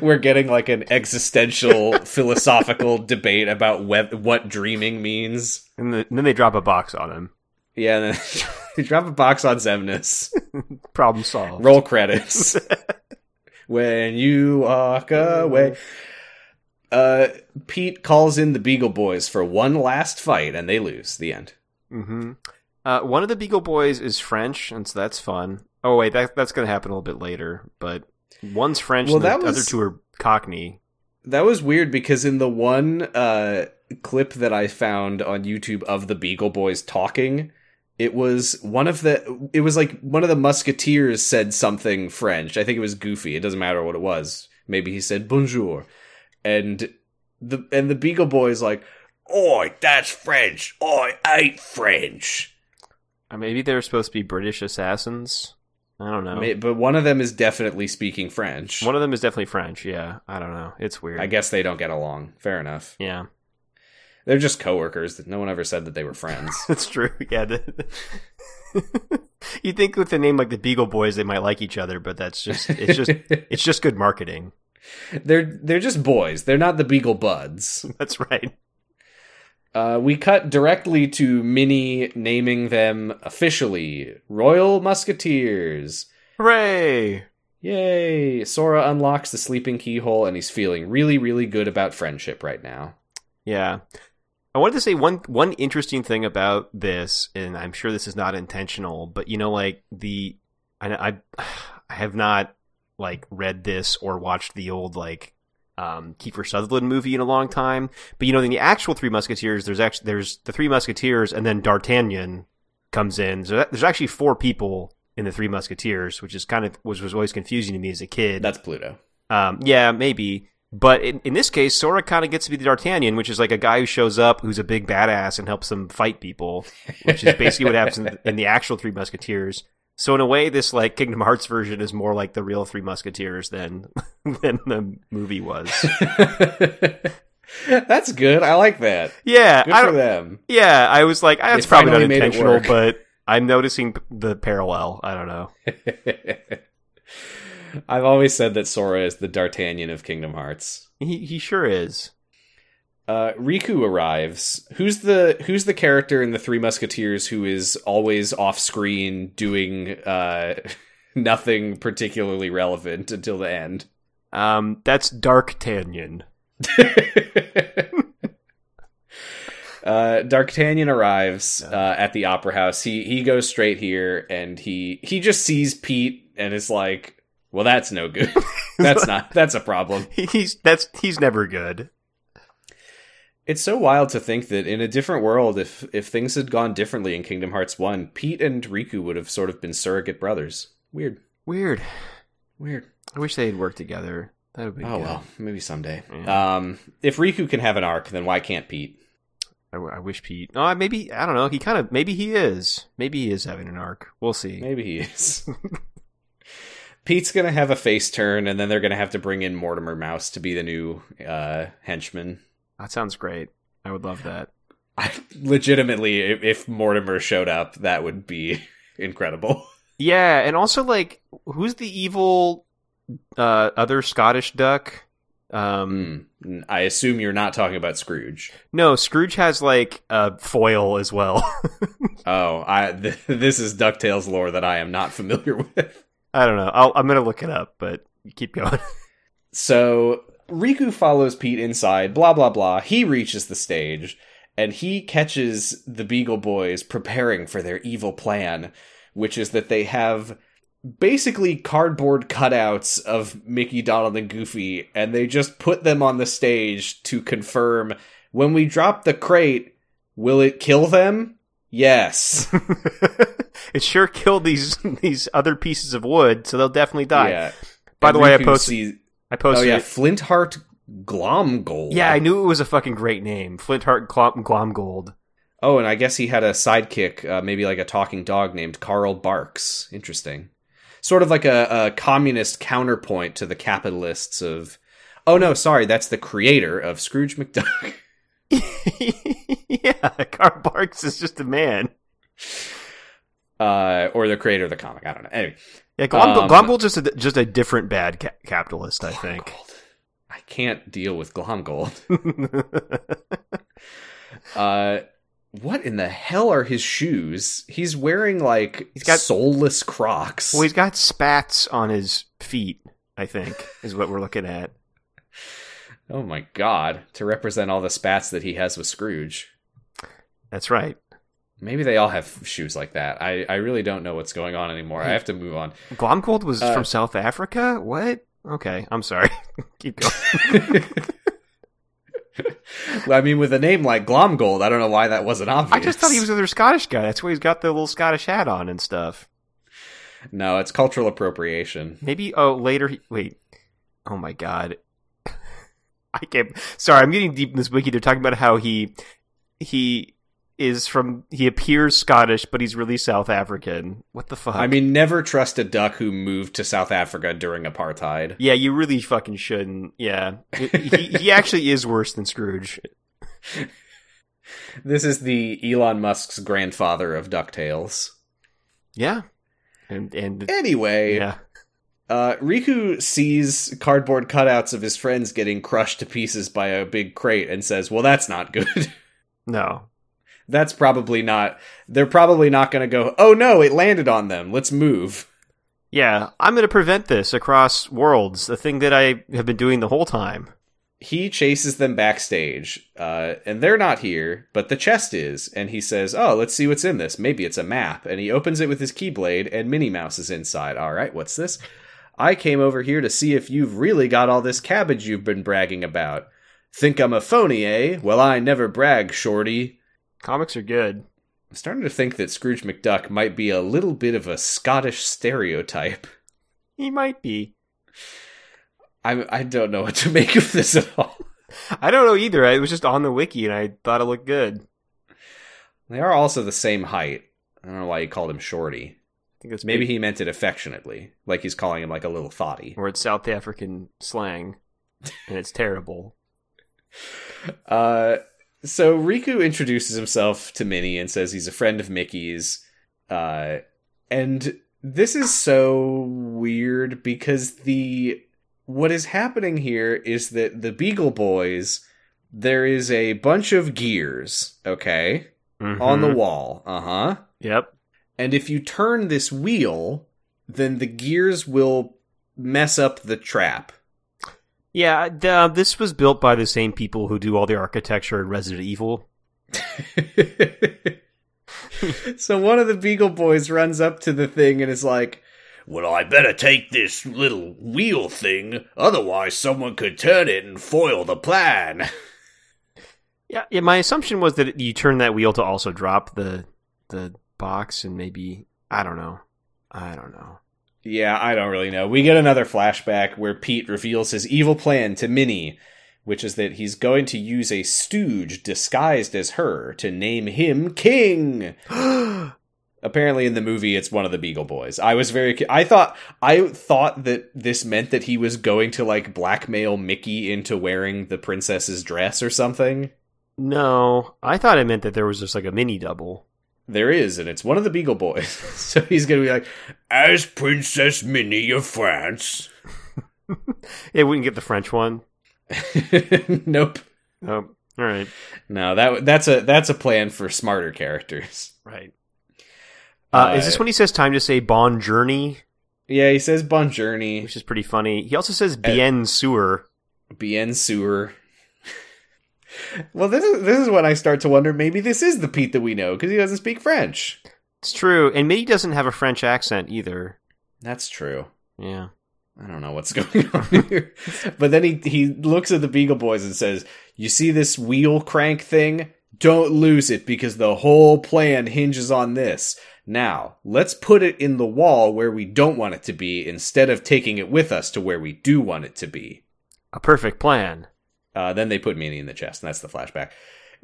Speaker 1: We're getting like an existential, philosophical debate about whe- what dreaming means.
Speaker 2: And, the, and then they drop a box on him.
Speaker 1: Yeah, and then they drop a box on Zemnis.
Speaker 2: Problem solved.
Speaker 1: Roll credits. when you walk away. Uh, Pete calls in the Beagle Boys for one last fight, and they lose. The end. Mm-hmm.
Speaker 2: hmm Uh, one of the Beagle Boys is French, and so that's fun. Oh wait, that, that's going to happen a little bit later. But one's French,
Speaker 1: Well,
Speaker 2: and the
Speaker 1: that was-
Speaker 2: other two are Cockney.
Speaker 1: That was weird because in the one uh, clip that I found on YouTube of the Beagle Boys talking, it was one of the. It was like one of the Musketeers said something French. I think it was Goofy. It doesn't matter what it was. Maybe he said bonjour, and the and the Beagle Boys like,
Speaker 3: Oi, that's French. I ain't French.
Speaker 2: Uh, maybe they're supposed to be British assassins. I don't know.
Speaker 1: ma- but one of them is definitely speaking French.
Speaker 2: One of them is definitely French. Yeah, I don't know. It's weird.
Speaker 1: I guess they don't get along. Fair enough.
Speaker 2: Yeah,
Speaker 1: They're just coworkers. No one ever said that they were friends.
Speaker 2: that's true. Yeah. the- you think with a name like the Beagle Boys, they might like each other, but that's just it's just it's just good marketing.
Speaker 1: they're they're just boys. They're not the Beagle Buds.
Speaker 2: That's right.
Speaker 1: Uh, we cut directly to Minnie naming them officially Royal Musketeers.
Speaker 2: Hooray!
Speaker 1: Yay! Sora unlocks the sleeping keyhole and he's feeling really, really good about friendship right now.
Speaker 2: Yeah. I wanted to say one one interesting thing about this, and I'm sure this is not intentional, but you know, like the I I, I have not like read this or watched the old like um, Kiefer Sutherland movie in a long time, but you know, in the actual Three Musketeers, there's actually there's the Three Musketeers, and then D'Artagnan comes in. So that, there's actually four people in the Three Musketeers, which is kind of which was always confusing to me as a kid.
Speaker 1: That's Pluto.
Speaker 2: Um, yeah, maybe. But in, in this case, Sora kind of gets to be the D'Artagnan, which is like a guy who shows up who's a big badass and helps them fight people, which is basically what happens in the, in the actual Three Musketeers. So in a way, this like Kingdom Hearts version is more like the real Three Musketeers than than the movie was.
Speaker 1: That's good. I like that.
Speaker 2: Yeah,
Speaker 1: Good
Speaker 2: I
Speaker 1: for
Speaker 2: don't,
Speaker 1: them.
Speaker 2: yeah, I was like, that's probably not
Speaker 1: finally made it
Speaker 2: intentional,
Speaker 1: work.
Speaker 2: but I'm noticing p- the parallel. I don't know.
Speaker 1: I've always said that Sora is the D'Artagnan of Kingdom Hearts.
Speaker 2: He he sure is.
Speaker 1: Uh, Riku arrives. Who's the Who's the character in the Three Musketeers who is always off screen doing uh, nothing particularly relevant until the end?
Speaker 2: Um, that's Dark Tanyan.
Speaker 1: uh, D'Artagnan arrives uh, at the opera house. He he goes straight here, and he he just sees Pete and is like, "Well, that's no good. that's not. That's a problem."
Speaker 2: He's that's he's never good.
Speaker 1: It's so wild to think that in a different world, if if things had gone differently in Kingdom Hearts One, Pete and Riku would have sort of been surrogate brothers. Weird,
Speaker 2: Weird.
Speaker 1: weird.
Speaker 2: I wish they had worked together. That would be
Speaker 1: Oh
Speaker 2: good.
Speaker 1: well, maybe someday.
Speaker 2: Yeah.
Speaker 1: Um, if Riku can have an arc, then why can't Pete?
Speaker 2: I, w- I wish Pete. Oh, maybe I don't know. He kind of maybe he is. Maybe he is having an arc. We'll see.
Speaker 1: Maybe he is. Pete's gonna have a face turn, and then they're gonna have to bring in Mortimer Mouse to be the new uh, henchman.
Speaker 2: That sounds great. I would love that.
Speaker 1: I, legitimately, if, if Mortimer showed up, that would be incredible.
Speaker 2: Yeah, and also like, who's the evil uh, other Scottish duck? Um,
Speaker 1: Mm. I assume you're not talking about Scrooge.
Speaker 2: No, Scrooge has like a foil as well.
Speaker 1: Oh, I th- this is Ducktales lore that I am not familiar with.
Speaker 2: I don't know. I'll, I'm gonna look it up, but keep going.
Speaker 1: So Riku follows Pete inside. Blah blah blah. He reaches the stage and he catches the Beagle Boys preparing for their evil plan, which is that they have basically cardboard cutouts of Mickey, Donald, and Goofy, and they just put them on the stage to confirm when we drop the crate, will it kill them? Yes.
Speaker 2: it sure killed these these other pieces of wood, so they'll definitely die.
Speaker 1: Yeah.
Speaker 2: By
Speaker 1: And
Speaker 2: the way, I
Speaker 1: Riku
Speaker 2: posted.
Speaker 1: sees-
Speaker 2: I
Speaker 1: Oh
Speaker 2: posted.
Speaker 1: yeah,
Speaker 2: it-
Speaker 1: Flintheart Glomgold.
Speaker 2: Yeah, I knew it was a fucking great name. Flintheart Glom, Glomgold.
Speaker 1: Oh, and I guess he had a sidekick, uh, maybe like a talking dog named Carl Barks. Interesting. sort of like a, a communist counterpoint to the capitalists of. Oh no, sorry, that's the creator of Scrooge McDuck.
Speaker 2: yeah, Carl Barks is just a man.
Speaker 1: Uh, or the creator of the comic. I don't know. Anyway,
Speaker 2: Yeah, Glomgold,
Speaker 1: Um,
Speaker 2: Glomgold's just a, just a different bad ca- capitalist, I think.
Speaker 1: Glomgold. I can't deal with Glomgold. Uh, what in the hell are his shoes? He's wearing like
Speaker 2: He's got-
Speaker 1: soulless Crocs.
Speaker 2: well, he's got spats on his feet. I think is what we're looking at.
Speaker 1: Oh my god! To represent all the spats that he has with Scrooge.
Speaker 2: That's right.
Speaker 1: Maybe they all have shoes like that. I, I really don't know what's going on anymore. I have to move on.
Speaker 2: Glomgold was
Speaker 1: Uh,
Speaker 2: from South Africa. What? Okay, I'm sorry. Keep going.
Speaker 1: I mean, with a name like Glomgold, I don't know why that wasn't obvious.
Speaker 2: I just thought he was another Scottish guy. That's why he's got the little Scottish hat on and stuff.
Speaker 1: No, it's cultural appropriation.
Speaker 2: Maybe. Oh, later. He, wait. Oh my god. I can't. Sorry, I'm getting deep in this wiki. They're talking about how he he is from. He appears Scottish, but he's really South African. What the fuck?
Speaker 1: I mean, never trust a duck who moved to South Africa during apartheid.
Speaker 2: Yeah, you really fucking shouldn't. Yeah, he, he he actually is worse than Scrooge.
Speaker 1: This is the Elon Musk's grandfather of DuckTales.
Speaker 2: Yeah, and and
Speaker 1: Anyway,
Speaker 2: yeah,
Speaker 1: uh, Riku sees cardboard cutouts of his friends getting crushed to pieces by a big crate and says, Well, that's not good.
Speaker 2: no,
Speaker 1: that's probably not. They're probably not going to go, Oh no, it landed on them. Let's move.
Speaker 2: yeah. I'm gonna prevent this across worlds. The thing that I have been doing the whole time.
Speaker 1: He chases them backstage, uh, and they're not here, but the chest is. And he says, Oh, let's see what's in this. Maybe it's a map. And he opens it with his keyblade, and Minnie Mouse is inside. All right, what's this? I came over here to see if you've really got all this cabbage you've been bragging about. Think I'm a phony, eh? Well, I never brag, Shorty.
Speaker 2: Comics are good.
Speaker 1: I'm starting to think that Scrooge McDuck might be a little bit of a Scottish stereotype.
Speaker 2: He might be.
Speaker 1: I, I don't know what to make of this at all.
Speaker 2: I don't know either. I was just on the wiki and I thought it looked good. I
Speaker 1: They are also the same height. I don't know why he called him Shorty.
Speaker 2: think that's
Speaker 1: Maybe he meant it affectionately, like he's calling him like a little thotty.
Speaker 2: or it's South African slang, and it's terrible.
Speaker 1: Uh, so Riku introduces himself to Minnie and says he's a friend of Mickey's. Uh, and this is so weird because the what is happening here is that the Beagle Boys there is a bunch of gears, okay, on the
Speaker 2: Mhm.
Speaker 1: wall. Uh huh.
Speaker 2: yep.
Speaker 1: And if you turn this wheel, then the gears will mess up the trap.
Speaker 2: Yeah, the, uh, this was built by the same people who do all the architecture in Resident Evil.
Speaker 1: so one of the Beagle Boys runs up to the thing and is like,
Speaker 3: Well, I better take this little wheel thing, otherwise, someone could turn it and foil the plan.
Speaker 2: Yeah, yeah. My assumption was that you turn that wheel to also drop the the box and maybe I don't know, I don't know.
Speaker 1: Yeah, I don't really know. We get another flashback where Pete reveals his evil plan to Minnie, which is that he's going to use a stooge disguised as her to name him king. apparently in the movie it's one of the beagle boys i was very cu- i thought i thought that this meant that he was going to like blackmail mickey into wearing the princess's dress or something
Speaker 2: no, I thought it meant that there was just like a mini double.
Speaker 1: there is and it's one of the beagle boys so he's gonna be like
Speaker 3: As Princess Minnie of France.
Speaker 2: It wouldn't get the French one.
Speaker 1: nope
Speaker 2: Oh, all right,
Speaker 1: no that that's a that's a plan for smarter characters
Speaker 2: right. Uh, is this
Speaker 1: Uh,
Speaker 2: when he says time to say bon journey,
Speaker 1: yeah he says bon journey
Speaker 2: which is pretty funny? He also says bien sewer.
Speaker 1: bien sewer well this is this is when i start to wonder maybe this is the pete that we know because he doesn't speak french
Speaker 2: It's true, and Minnie doesn't have a French accent either.
Speaker 1: that's true
Speaker 2: Yeah.
Speaker 1: I don't know what's going on here. But then he he looks at the Beagle Boys and says, "You see this wheel crank thing? Don't lose it because the whole plan hinges on this. Now, let's put it in the wall where we don't want it to be instead of taking it with us to where we do want it to be."
Speaker 2: A perfect plan.
Speaker 1: Uh, then they put Minnie in the chest, and that's the flashback.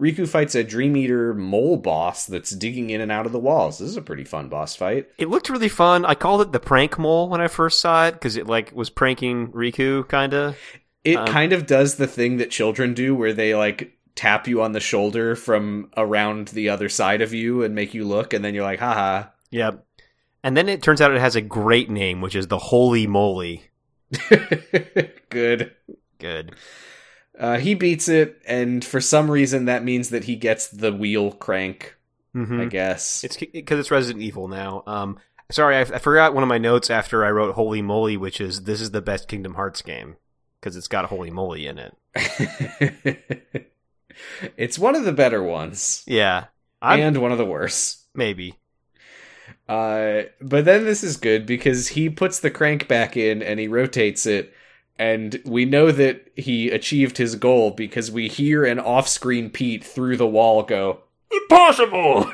Speaker 1: Riku fights a Dream Eater mole boss that's digging in and out of the walls. This is a pretty fun boss fight.
Speaker 2: It looked really fun. I called it the prank mole when I first saw it because it like was pranking Riku, kind of.
Speaker 1: It
Speaker 2: Um,
Speaker 1: kind of does the thing that children do where they like tap you on the shoulder from around the other side of you and make you look, and then you're like, haha.
Speaker 2: Yep. And then it turns out it has a great name, which is the Holy Moly.
Speaker 1: Good.
Speaker 2: Good.
Speaker 1: Uh, he beats it, and for some reason, that means that he gets the wheel crank,
Speaker 2: hmm
Speaker 1: I guess.
Speaker 2: It's because it's Resident Evil now. Um, sorry, I, I forgot one of my notes after I wrote Holy Moly, which is this is the best Kingdom Hearts game because it's got Holy Moly in it.
Speaker 1: it's one of the better ones,
Speaker 2: Yeah. I'm,
Speaker 1: and one of the worst.
Speaker 2: maybe.
Speaker 1: Uh, but then this is good because he puts the crank back in and he rotates it, and we know that he achieved his goal because we hear an off-screen Pete through the wall go,
Speaker 3: Impossible!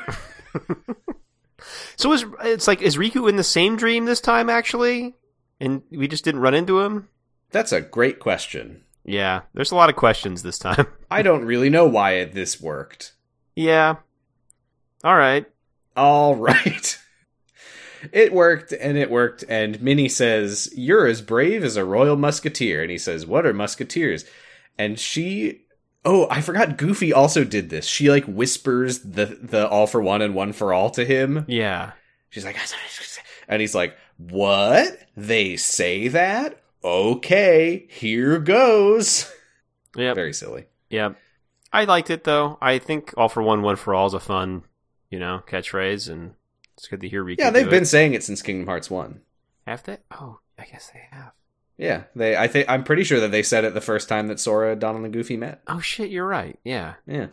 Speaker 2: So is it's like is Riku in the same dream this time actually, and we just didn't run into him?
Speaker 1: "That's a great question.
Speaker 2: Yeah, there's a lot of questions this time.
Speaker 1: I don't really know why this worked."
Speaker 2: yeah. All right.
Speaker 1: All right. It worked and it worked. And Minnie says, You're as brave as a royal musketeer. And he says, What are musketeers? And she. Oh, I forgot Goofy also did this. She like whispers the the all for one and one for all to him.
Speaker 2: Yeah.
Speaker 1: She's like and he's like, "What? They say that? Okay, here goes."
Speaker 2: Yep.
Speaker 1: Very silly.
Speaker 2: Yep. I liked it though. I think all for one, one for all is a fun, you know, catchphrase, and it's good to hear Riku.
Speaker 1: Yeah,
Speaker 2: do
Speaker 1: they've
Speaker 2: it.
Speaker 1: been saying it since Kingdom Hearts 1.
Speaker 2: have they? Oh, I guess they have.
Speaker 1: Yeah, they. I think I'm pretty sure that they said it the first time that Sora, Donald, and Goofy met.
Speaker 2: Oh shit, you're right. Yeah.
Speaker 1: Yeah.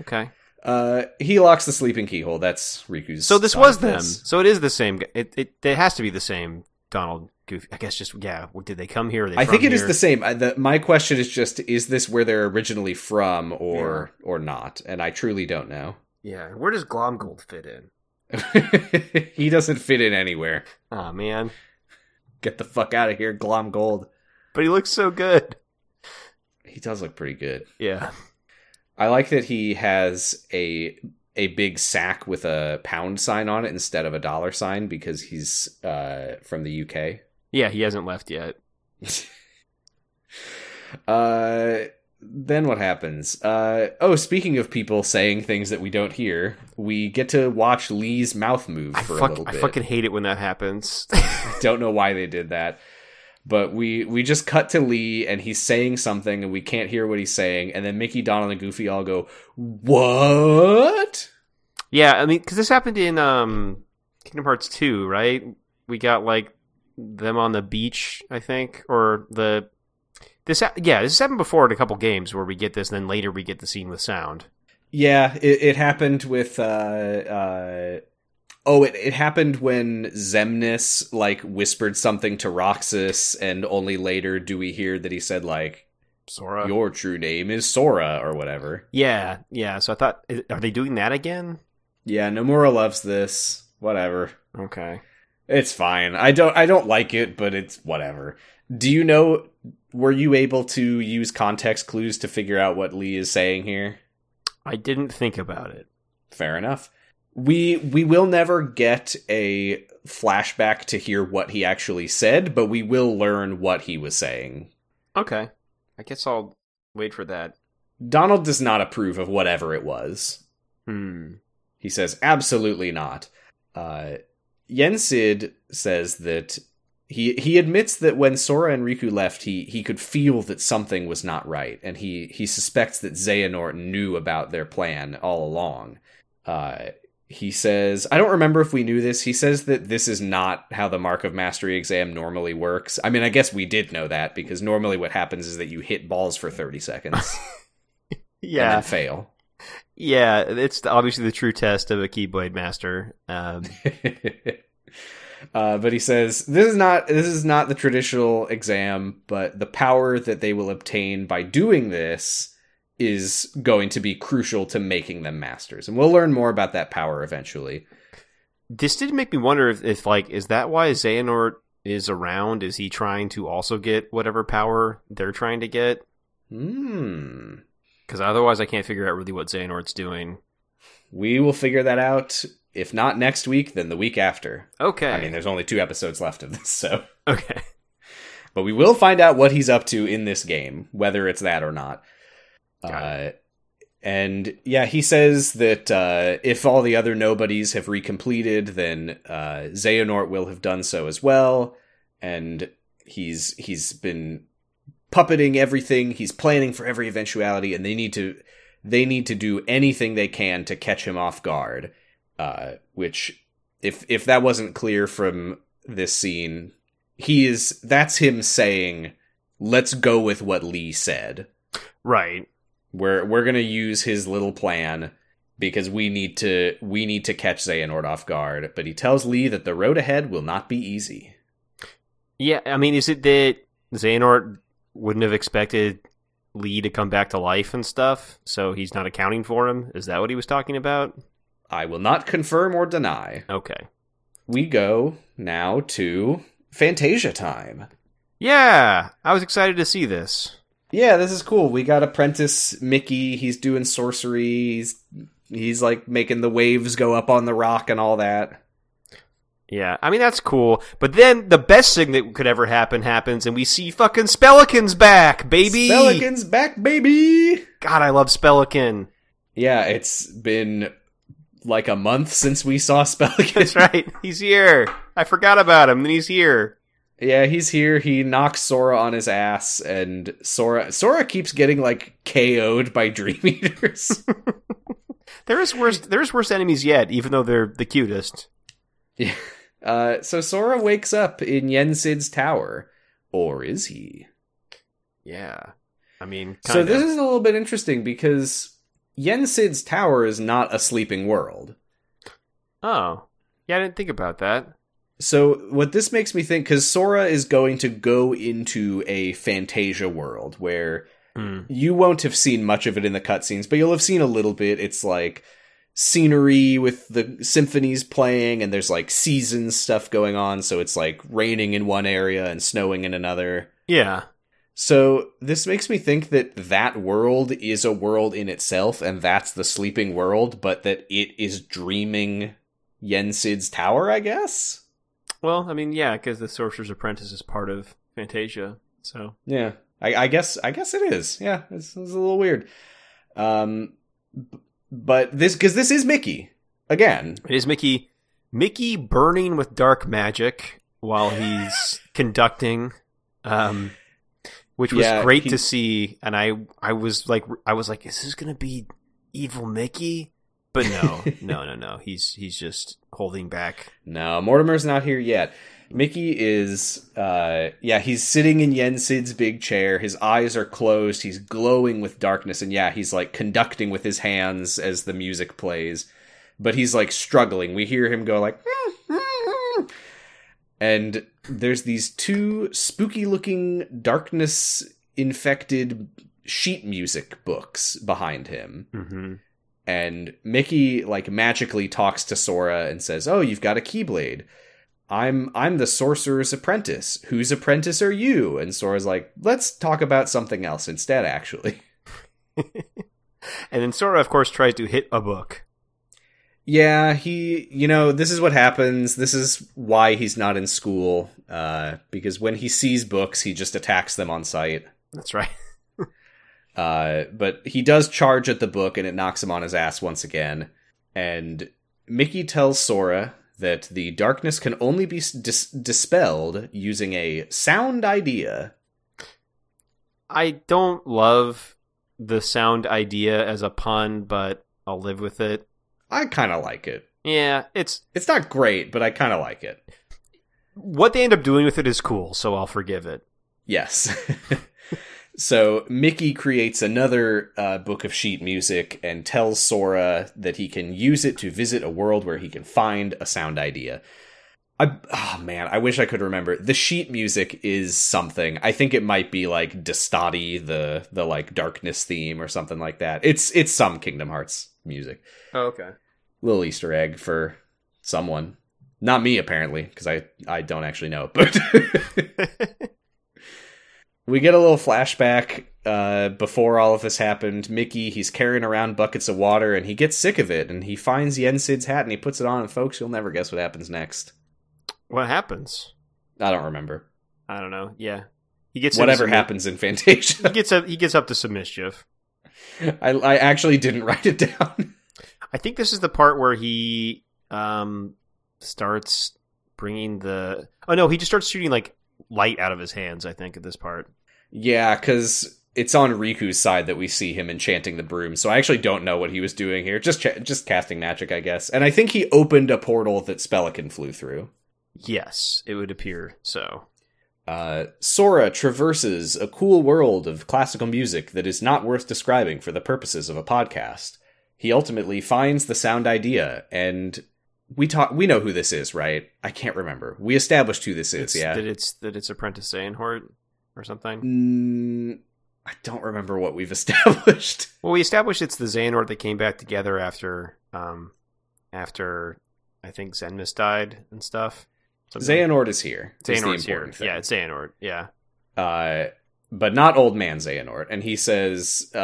Speaker 2: Okay.
Speaker 1: Uh, he locks the sleeping keyhole. That's Riku's.
Speaker 2: So this
Speaker 1: side
Speaker 2: was
Speaker 1: of
Speaker 2: them.
Speaker 1: this.
Speaker 2: So it is the same. g- It it, it has to be the same. Donald Goofy. I guess just yeah. Well, did they come here? Are they
Speaker 1: I think
Speaker 2: from
Speaker 1: it is
Speaker 2: here?
Speaker 1: the same. I, the, my question is just: Is this where they're originally from, or or not? And I truly don't know.
Speaker 2: Yeah. Where does Glomgold fit in?
Speaker 1: he doesn't fit in anywhere.
Speaker 2: Oh man.
Speaker 1: Get the fuck out of here, Glom Gold.
Speaker 2: But he looks so good.
Speaker 1: He does look pretty good.
Speaker 2: Yeah.
Speaker 1: I like that he has a a big sack with a pound sign on it instead of a dollar sign because he's uh, from the UK.
Speaker 2: Yeah. He hasn't left yet.
Speaker 1: uh, then what happens? Uh, oh, speaking of people saying things that we don't hear, we get to watch Lee's mouth move
Speaker 2: I
Speaker 1: for a
Speaker 2: fuck.
Speaker 1: little
Speaker 2: I
Speaker 1: bit.
Speaker 2: fucking hate it when that happens.
Speaker 1: don't know why they did that. But we we just cut to Lee and he's saying something and we can't hear what he's saying and then Mickey, Donald, and Goofy all go what?
Speaker 2: Yeah, I mean, because this happened in um, Kingdom Hearts 2, right? We got like them on the beach, I think, or the this. hap- Yeah, this has happened before in a couple games where we get this, and then later we get the scene with sound.
Speaker 1: Yeah, it, it happened with uh, uh, oh, it, it happened when Zemnis like whispered something to Roxas, and only later do we hear that he said like
Speaker 2: Sora.
Speaker 1: your true name is Sora or whatever.
Speaker 2: yeah, yeah. So I thought, i- are they doing that again?
Speaker 1: Yeah, Nomura loves this. Whatever,
Speaker 2: Okay.
Speaker 1: it's fine. I don't I don't like it, but it's whatever. Do you know? Were you able to use context clues to figure out what Lee is saying here?
Speaker 2: I didn't think about it.
Speaker 1: fair enough we we will never get a flashback to hear what he actually said but we will learn what he was saying
Speaker 2: Okay. I guess I'll wait for that.
Speaker 1: donald does not approve of whatever it was
Speaker 2: Hmm.
Speaker 1: he says absolutely not uh yensid says that he he admits that when sora and riku left he he could feel that something was not right and he he suspects that xehanort knew about their plan all along uh he says i don't remember if we knew this he says that this is not how the mark of mastery exam normally works i mean i guess we did know that because normally what happens is that you hit balls for 30 seconds and
Speaker 2: Yeah,
Speaker 1: then fail
Speaker 2: yeah. It's obviously the true test of a Keyblade master. Um,
Speaker 1: uh, but he says this is not this is not the traditional exam, but the power that they will obtain by doing this is going to be crucial to making them masters, and we'll learn more about that power eventually.
Speaker 2: This did make me wonder if, if like, is that why Xehanort is around? Is he trying to also get whatever power they're trying to get?
Speaker 1: Hmm.
Speaker 2: because otherwise I can't figure out really what Xehanort's doing.
Speaker 1: We will figure that out. If not next week, then the week after.
Speaker 2: Okay.
Speaker 1: I mean, there's only two episodes left of this, so.
Speaker 2: okay.
Speaker 1: But we will find out what he's up to in this game, whether it's that or not.
Speaker 2: Got
Speaker 1: Uh, and yeah, he says that uh, if all the other nobodies have recompleted, then uh, Xehanort will have done so as well. And he's he's been puppeting everything. He's planning for every eventuality, and they need to they need to do anything they can to catch him off guard. Uh, which, if if that wasn't clear from this scene, he is that's him saying, "Let's go with what Lee said."
Speaker 2: Right.
Speaker 1: We're we're gonna use his little plan because we need to we need to catch Xehanort off guard. But he tells Lee that the road ahead will not be easy.
Speaker 2: Yeah. I mean, is it that Xehanort wouldn't have expected Lee to come back to life and stuff, so he's not accounting for him? Is that what he was talking about?
Speaker 1: I will not confirm or deny.
Speaker 2: Okay.
Speaker 1: We go now to Fantasia time.
Speaker 2: Yeah. I was excited to see this.
Speaker 1: Yeah, this is cool. We got apprentice Mickey. He's doing sorcery. He's he's like making the waves go up on the rock and all that.
Speaker 2: Yeah, I mean that's cool, but then the best thing that could ever happen happens, and we see fucking Spellikin's back, baby.
Speaker 1: Spellikin's back, baby.
Speaker 2: God, I love Spellikin.
Speaker 1: Yeah, it's been like a month since we saw Spellikin.
Speaker 2: That's right. He's here. I forgot about him, and he's here.
Speaker 1: Yeah, he's here. He knocks Sora on his ass, and Sora Sora keeps getting like KO'd by Dream Eaters.
Speaker 2: There is worse. There is worse enemies yet, even though they're the cutest.
Speaker 1: yeah. Uh, so Sora wakes up in Yensid's tower, or is he?
Speaker 2: Yeah, I mean,
Speaker 1: So this is a little bit interesting because Yensid's tower is not a sleeping world.
Speaker 2: oh yeah, I didn't think about that.
Speaker 1: So what this makes me think, because Sora is going to go into a Fantasia world where
Speaker 2: Hmm.
Speaker 1: you won't have seen much of it in the cutscenes, but you'll have seen a little bit. It's like scenery with the symphonies playing, and there's like season stuff going on. So it's like raining in one area and snowing in another.
Speaker 2: Yeah,
Speaker 1: So this makes me think that that world is a world in itself, and that's the sleeping world, but that it is dreaming Yensid's tower, I guess.
Speaker 2: well, I mean, yeah, because the Sorcerer's Apprentice is part of Fantasia, so
Speaker 1: Yeah, I, I guess I guess it is. Yeah, it's, it's a little weird. Um, b- but this because this is Mickey again.
Speaker 2: It is Mickey. Mickey burning with dark magic while he's conducting, um, which was
Speaker 1: Yeah,
Speaker 2: great
Speaker 1: he-
Speaker 2: to see. And I, I was like, I was like, is this gonna be evil Mickey? But no, no, no, no. He's he's just holding back.
Speaker 1: No, Mortimer's not here yet. Mickey is, uh, yeah, he's sitting in Yensid's big chair. His eyes are closed. He's glowing with darkness, and yeah, he's like conducting with his hands as the music plays. But he's like struggling. We hear him go like, and there's these two spooky-looking, darkness-infected sheet music books behind him
Speaker 2: Mm-hmm.
Speaker 1: and Mickey like magically talks to Sora and says, "Oh, you've got a keyblade. I'm I'm the sorcerer's apprentice. Whose apprentice are you?" And Sora's like, "Let's talk about something else instead actually."
Speaker 2: And then Sora, of course, tries to hit a book.
Speaker 1: Yeah, he you know, this is what happens. This is why he's not in school uh because when he sees books, he just attacks them on sight.
Speaker 2: That's right.
Speaker 1: Uh, but he does charge at the book and it knocks him on his ass once again. And Mickey tells Sora that the darkness can only be s- dis- dispelled using a sound idea.
Speaker 2: I don't love the sound idea as a pun, but I'll live with it.
Speaker 1: I kind of like it.
Speaker 2: Yeah, it's
Speaker 1: It's not great, but I kind of like it.
Speaker 2: what they end up doing with it is cool, so I'll forgive it.
Speaker 1: Yes. so Mickey creates another uh, book of sheet music and tells Sora that he can use it to visit a world where he can find a sound idea. I oh man, I wish I could remember. The sheet music is something. I think it might be like Distati, the the like darkness theme or something like that. It's it's some Kingdom Hearts music.
Speaker 2: okay.
Speaker 1: Little Easter egg for someone. Not me apparently, because I I don't actually know, but we get a little flashback uh, before all of this happened, Mickey, he's carrying around buckets of water and he gets sick of it and he finds Yensid's hat and he puts it on and folks, you'll never guess what happens next.
Speaker 2: What happens?
Speaker 1: I don't remember.
Speaker 2: I don't know. Yeah, he gets into
Speaker 1: Whatever
Speaker 2: some-
Speaker 1: happens in
Speaker 2: He
Speaker 1: Fantasia.
Speaker 2: gets up. He gets up to some mischief.
Speaker 1: I, I actually didn't write it down.
Speaker 2: I think this is the part where he um starts bringing the. Oh no, he just starts shooting like light out of his hands. I think at this part.
Speaker 1: yeah, because it's on Riku's side that we see him enchanting the broom, so I actually don't know what he was doing here. Just cha- just casting magic, I guess. And I think he opened a portal that Spelican flew through.
Speaker 2: Yes, it would appear so.
Speaker 1: Uh, Sora traverses a cool world of classical music that is not worth describing for the purposes of a podcast. He ultimately finds the sound idea, and we talk. We know who this is, right? I can't remember. We established who this is.
Speaker 2: It's-
Speaker 1: yeah,
Speaker 2: that it's that it's apprentice Xehanort or something.
Speaker 1: Mm, I don't remember what we've established.
Speaker 2: Well, we established it's the Xehanort that came back together after um after I think Zenmus died and stuff. Something-
Speaker 1: Xehanort is here. is the
Speaker 2: Xehanort's here.
Speaker 1: important
Speaker 2: Yeah, it's Xehanort. Yeah.
Speaker 1: uh, but not old man Xehanort. And he says, uh,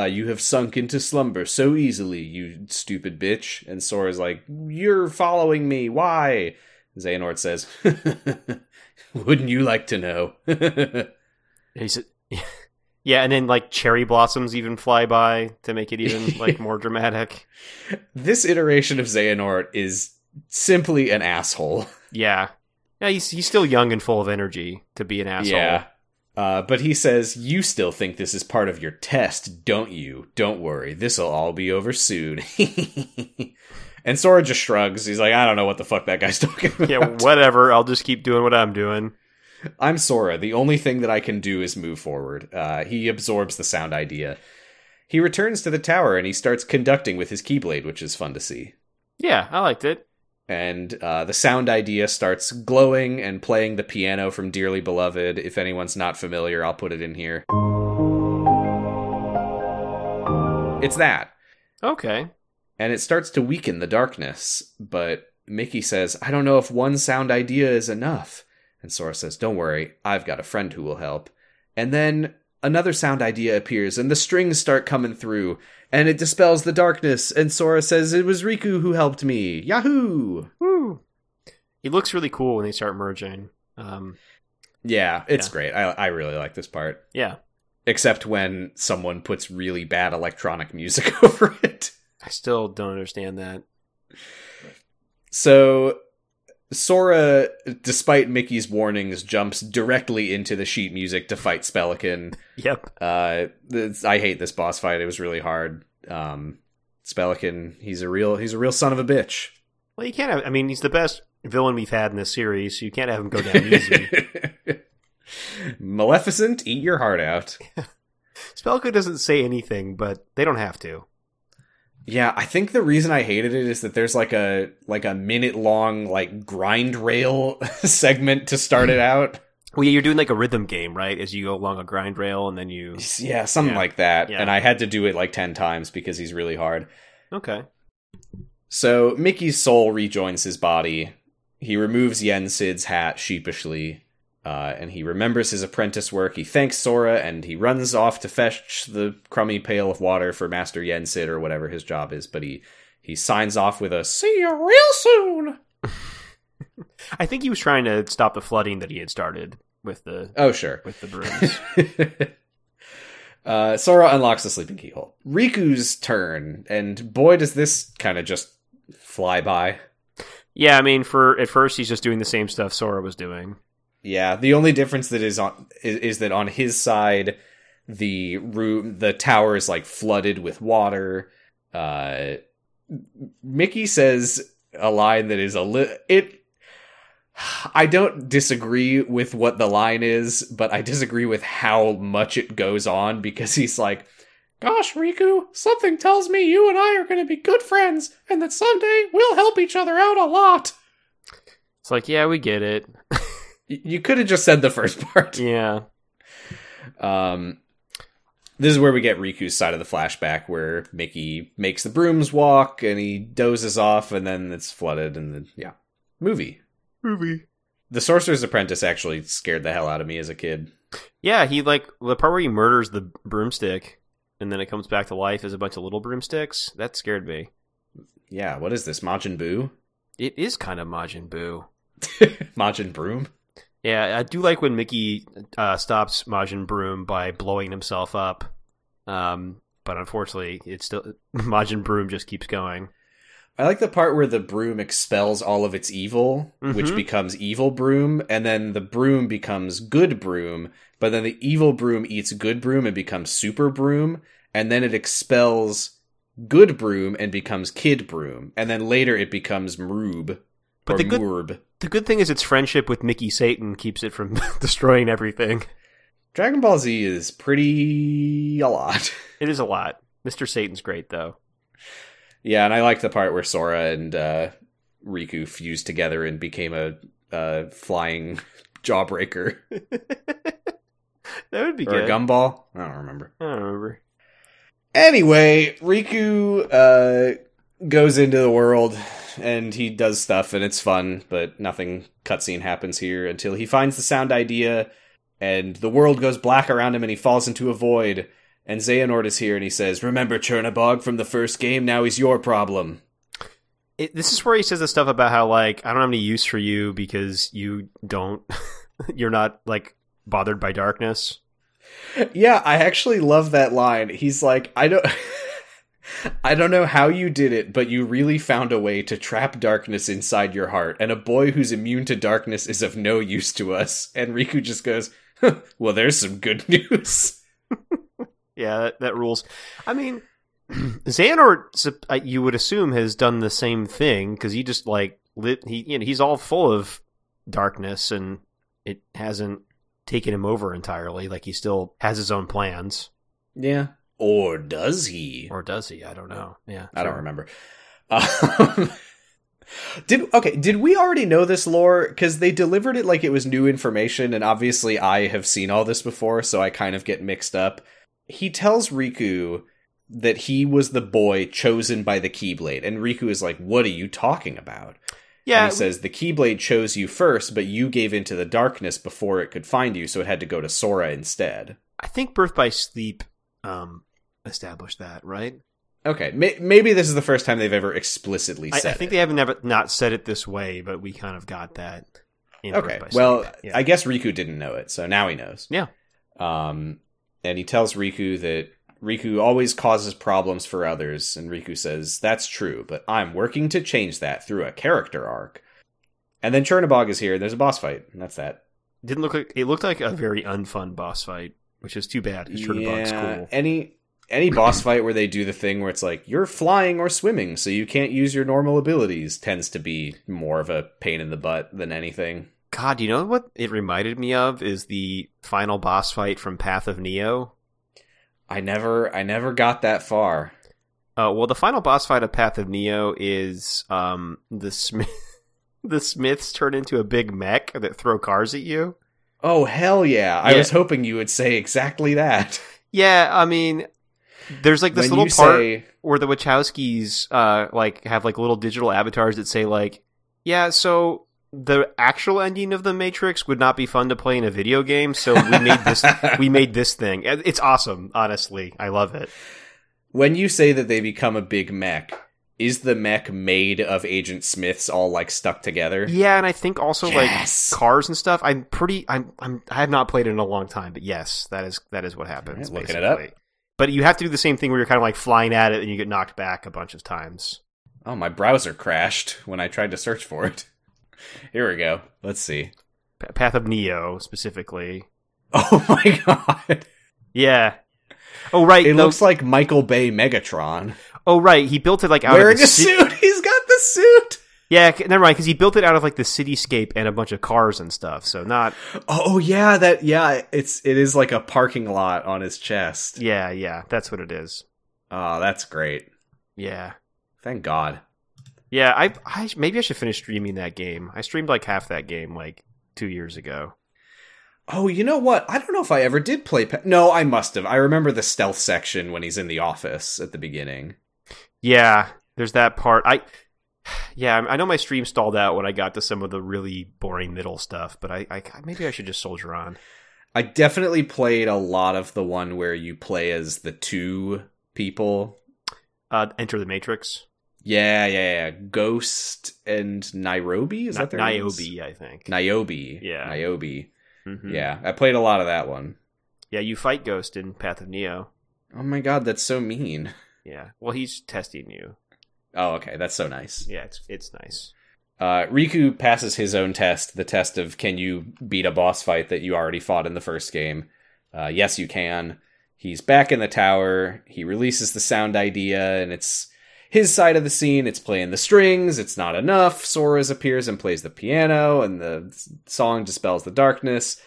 Speaker 1: uh, you have sunk into slumber so easily, you stupid bitch. And Sora's like, you're following me, why? Xehanort says, wouldn't you like to know?
Speaker 2: He said, "Yeah," and then like cherry blossoms even fly by to make it even like more dramatic.
Speaker 1: this iteration of Xehanort is simply an asshole.
Speaker 2: Yeah, yeah. He's he's still young and full of energy to be an asshole.
Speaker 1: Yeah. Uh, but he says, You still think this is part of your test, don't you? Don't worry, this'll all be over soon. and Sora just shrugs. He's like, I don't know what the fuck that guy's talking about.
Speaker 2: yeah. Whatever. I'll just keep doing what I'm doing.
Speaker 1: I'm Sora. The only thing that I can do is move forward. Uh, he absorbs the sound idea. He returns to the tower and he starts conducting with his Keyblade, which is fun to see.
Speaker 2: Yeah, I liked it.
Speaker 1: and uh, the sound idea starts glowing and playing the piano from Dearly Beloved. If anyone's not familiar, I'll put it in here. It's that.
Speaker 2: Okay.
Speaker 1: And it starts to weaken the darkness, but Mickey says, I don't know if one sound idea is enough. And Sora says, Don't worry, I've got a friend who will help. And then another sound idea appears, and the strings start coming through, and it dispels the darkness. And Sora says, It was Riku who helped me. Yahoo!
Speaker 2: Woo. He looks really cool when they start merging. Um.
Speaker 1: Yeah, it's
Speaker 2: Yeah.
Speaker 1: great. I I really like this part,
Speaker 2: Yeah.
Speaker 1: except when someone puts really bad electronic music over it.
Speaker 2: I still don't understand that.
Speaker 1: So Sora, despite Mickey's warnings, jumps directly into the sheet music to fight Spelican.
Speaker 2: Yep.
Speaker 1: Uh, it's- I hate this boss fight. It was really hard. Um, Spelican, he's a real he's a real son of a bitch.
Speaker 2: Well, you can't have. I mean, he's the best villain we've had in this series. So you can't have him go down easy.
Speaker 1: Maleficent, eat your heart out.
Speaker 2: Spelko doesn't say anything, but they don't have to.
Speaker 1: Yeah, I think the reason I hated it is that there's like a like a minute long like grind rail segment to start it out.
Speaker 2: Well, yeah, you're doing like a rhythm game, right? As you go along a grind rail, and then you.
Speaker 1: Yeah, something
Speaker 2: Yeah.
Speaker 1: like that.
Speaker 2: Yeah.
Speaker 1: And I had to do it like 10 times because he's really hard.
Speaker 2: Okay.
Speaker 1: So Mickey's soul rejoins his body. He removes Yen Sid's hat sheepishly, uh, and he remembers his apprentice work. He thanks Sora, and he runs off to fetch the crummy pail of water for Master Yen Sid or whatever his job is. But he he signs off with a "See you real soon."
Speaker 2: I think he was trying to stop the flooding that he had started with the
Speaker 1: Oh, sure.
Speaker 2: with the brooms.
Speaker 1: uh, Sora unlocks the sleeping keyhole. Riku's turn, and boy, does this kind of just fly by.
Speaker 2: yeah, I mean, for at first he's just doing the same stuff Sora was doing.
Speaker 1: Yeah, the only difference that is on is, is that on his side, the room, the tower is like flooded with water. Uh, Mickey says a line that is a li- it. I don't disagree with what the line is, but I disagree with how much it goes on because he's like, "Gosh, Riku, something tells me you and I are going to be good friends, and that someday we'll help each other out a lot."
Speaker 2: It's like, yeah, we get it.
Speaker 1: Y- you could have just said the first part.
Speaker 2: Yeah,
Speaker 1: Um, this is where we get Riku's side of the flashback, where Mickey makes the brooms walk and he dozes off, and then it's flooded, and then yeah, movie.
Speaker 2: movie.
Speaker 1: The Sorcerer's Apprentice actually scared the hell out of me as a kid.
Speaker 2: Yeah, he like the part where he murders the broomstick and then it comes back to life as a bunch of little broomsticks. That scared me.
Speaker 1: Yeah, what is this? Majin Buu?
Speaker 2: It is kind of Majin Buu.
Speaker 1: Majin Broom?
Speaker 2: Yeah, I do like when Mickey uh, stops Majin Broom by blowing himself up. Um, but unfortunately, it's still Majin Broom just keeps going.
Speaker 1: I like the part where the broom expels all of its evil, which
Speaker 2: Mhm.
Speaker 1: becomes evil broom, and then the broom becomes good broom, but then the evil broom eats good broom and becomes super broom, and then it expels good broom and becomes kid broom, and then later it becomes Mroob.
Speaker 2: But
Speaker 1: or
Speaker 2: the good-
Speaker 1: Moorb.
Speaker 2: The good thing is its friendship with Mickey Satan keeps it from destroying everything.
Speaker 1: Dragon Ball Z is pretty a lot.
Speaker 2: It is a lot. Mr. Satan's great though.
Speaker 1: yeah, and I like the part where Sora and uh, Riku fused together and became a uh, flying jawbreaker.
Speaker 2: That would be
Speaker 1: or
Speaker 2: good.
Speaker 1: a gumball. I don't remember.
Speaker 2: I don't remember.
Speaker 1: Anyway, Riku uh, goes into the world and he does stuff and it's fun, but nothing cutscene happens here until he finds the sound idea and the world goes black around him and he falls into a void. And Xehanort is here and he says, Remember Chernabog from the first game? Now he's your problem.
Speaker 2: It, this is where he says the stuff about how like I don't have any use for you because you don't, you're not like bothered by darkness.
Speaker 1: Yeah, I actually love that line. He's like, I don't. I don't know how you did it, but you really found a way to trap darkness inside your heart, and a boy who's immune to darkness is of no use to us. And Riku just goes, "Huh, Well, there's some good news.
Speaker 2: Yeah, that, that rules. I mean, Xehanort, sup- uh, you would assume, has done the same thing because he just like lit. He you know he's all full of darkness and it hasn't taken him over entirely. Like he still has his own plans,
Speaker 1: Yeah.
Speaker 3: Or does he?
Speaker 2: or does he? I don't know. Yeah,
Speaker 1: I don't
Speaker 2: sure.
Speaker 1: remember. Um, did okay? Did we already know this lore? Because they delivered it like it was new information, and obviously I have seen all this before, so I kind of get mixed up. He tells Riku that he was the boy chosen by the Keyblade, and Riku is like, "What are you talking about?"
Speaker 2: Yeah,
Speaker 1: and he says the Keyblade chose you first, but you gave into the darkness before it could find you, so it had to go to Sora instead.
Speaker 2: I think Birth by Sleep um established that, right?
Speaker 1: Okay, may- maybe this is the first time they've ever explicitly
Speaker 2: I, I
Speaker 1: said.
Speaker 2: think
Speaker 1: it.
Speaker 2: they haven't ever not said it this way, but we kind of got that. In
Speaker 1: Okay.
Speaker 2: Birth by
Speaker 1: Well,
Speaker 2: Sleep. Yeah.
Speaker 1: I guess Riku didn't know it, so now he knows.
Speaker 2: Yeah.
Speaker 1: Um, and he tells Riku that Riku always causes problems for others, and Riku says, "That's true, but I'm working to change that through a character arc." And then Chernabog is here. and There's a boss fight, and that's that.
Speaker 2: didn't look like it looked like a very unfun boss fight, which is too bad. Because Chernobog's cool.
Speaker 1: Any any boss fight where they do the thing where it's like you're flying or swimming, so you can't use your normal abilities, tends to be more of a pain in the butt than anything.
Speaker 2: God, you know what it reminded me of is the final boss fight from Path of Neo.
Speaker 1: I never, I never got that far.
Speaker 2: Uh, well, the final boss fight of Path of Neo is um, the Smith. the Smiths turn into a big mech that throw cars at you.
Speaker 1: Oh hell yeah. I
Speaker 2: Yeah.
Speaker 1: was hoping you would say exactly that.
Speaker 2: Yeah, I mean, there's like this
Speaker 1: When
Speaker 2: little
Speaker 1: you
Speaker 2: part.
Speaker 1: say
Speaker 2: where the Wachowskis uh, like have like little digital avatars that say like, yeah, so the actual ending of the Matrix would not be fun to play in a video game, so we made this we made this thing. And It's awesome, honestly. I love it.
Speaker 1: when you say that they become a big mech, is the mech made of Agent Smiths all like stuck together?
Speaker 2: Yeah, and I think also
Speaker 1: Yes.
Speaker 2: like cars and stuff. I'm pretty. I'm. I'm. I have not played it in a long time, but yes, that is that is what happens.
Speaker 1: Alright, looking it up.
Speaker 2: basically. But you have to do the same thing where you're kind of like flying at it and you get knocked back a bunch of times.
Speaker 1: Oh, my browser crashed when I tried to search for it. Here we go. Let's see.
Speaker 2: P- Path of Neo specifically.
Speaker 1: Oh my god.
Speaker 2: Yeah. Oh right.
Speaker 1: It
Speaker 2: those-
Speaker 1: looks like Michael Bay Megatron.
Speaker 2: Oh right, he built it like out
Speaker 1: Wearing
Speaker 2: of the
Speaker 1: a
Speaker 2: ci-
Speaker 1: suit. He's got the suit.
Speaker 2: Yeah, c- never mind, because he built it out of like the cityscape and a bunch of cars and stuff. So not.
Speaker 1: Oh yeah, that yeah, it's it is like a parking lot on his chest.
Speaker 2: Yeah, yeah, that's what it is.
Speaker 1: Oh, that's great.
Speaker 2: Yeah,
Speaker 1: Thank God.
Speaker 2: yeah. I, I maybe I should finish streaming that game. I streamed like half that game like two years ago.
Speaker 1: Oh, you know what? I don't know if I ever did play. Pa- no, I must have. I remember the stealth section when he's in the office at the beginning.
Speaker 2: Yeah, there's that part. I. Yeah, I I know my stream stalled out when I got to some of the really boring middle stuff, but I, I maybe I should just soldier on.
Speaker 1: I definitely played a lot of the one where you play as the two people.
Speaker 2: Uh, Enter the Matrix.
Speaker 1: Yeah, yeah, yeah. Ghost and Nairobi is
Speaker 2: Ni-
Speaker 1: that their names?
Speaker 2: Niobe, I think.
Speaker 1: Niobe.
Speaker 2: Yeah.
Speaker 1: Niobe.
Speaker 2: Mhm.
Speaker 1: Yeah, I played a lot of that one.
Speaker 2: Yeah, you fight Ghost in Path of Neo.
Speaker 1: Oh my god, that's so mean.
Speaker 2: Yeah. Well, he's testing you.
Speaker 1: Oh, okay, that's so nice.
Speaker 2: Yeah, it's it's nice.
Speaker 1: Uh, Riku passes his own test, the test of can you beat a boss fight that you already fought in the first game. Uh, yes, you can. He's back in the tower. He releases the sound idea, and it's his side of the scene. It's playing the strings. It's not enough. Sora's appears and plays the piano, and the s- song dispels the darkness.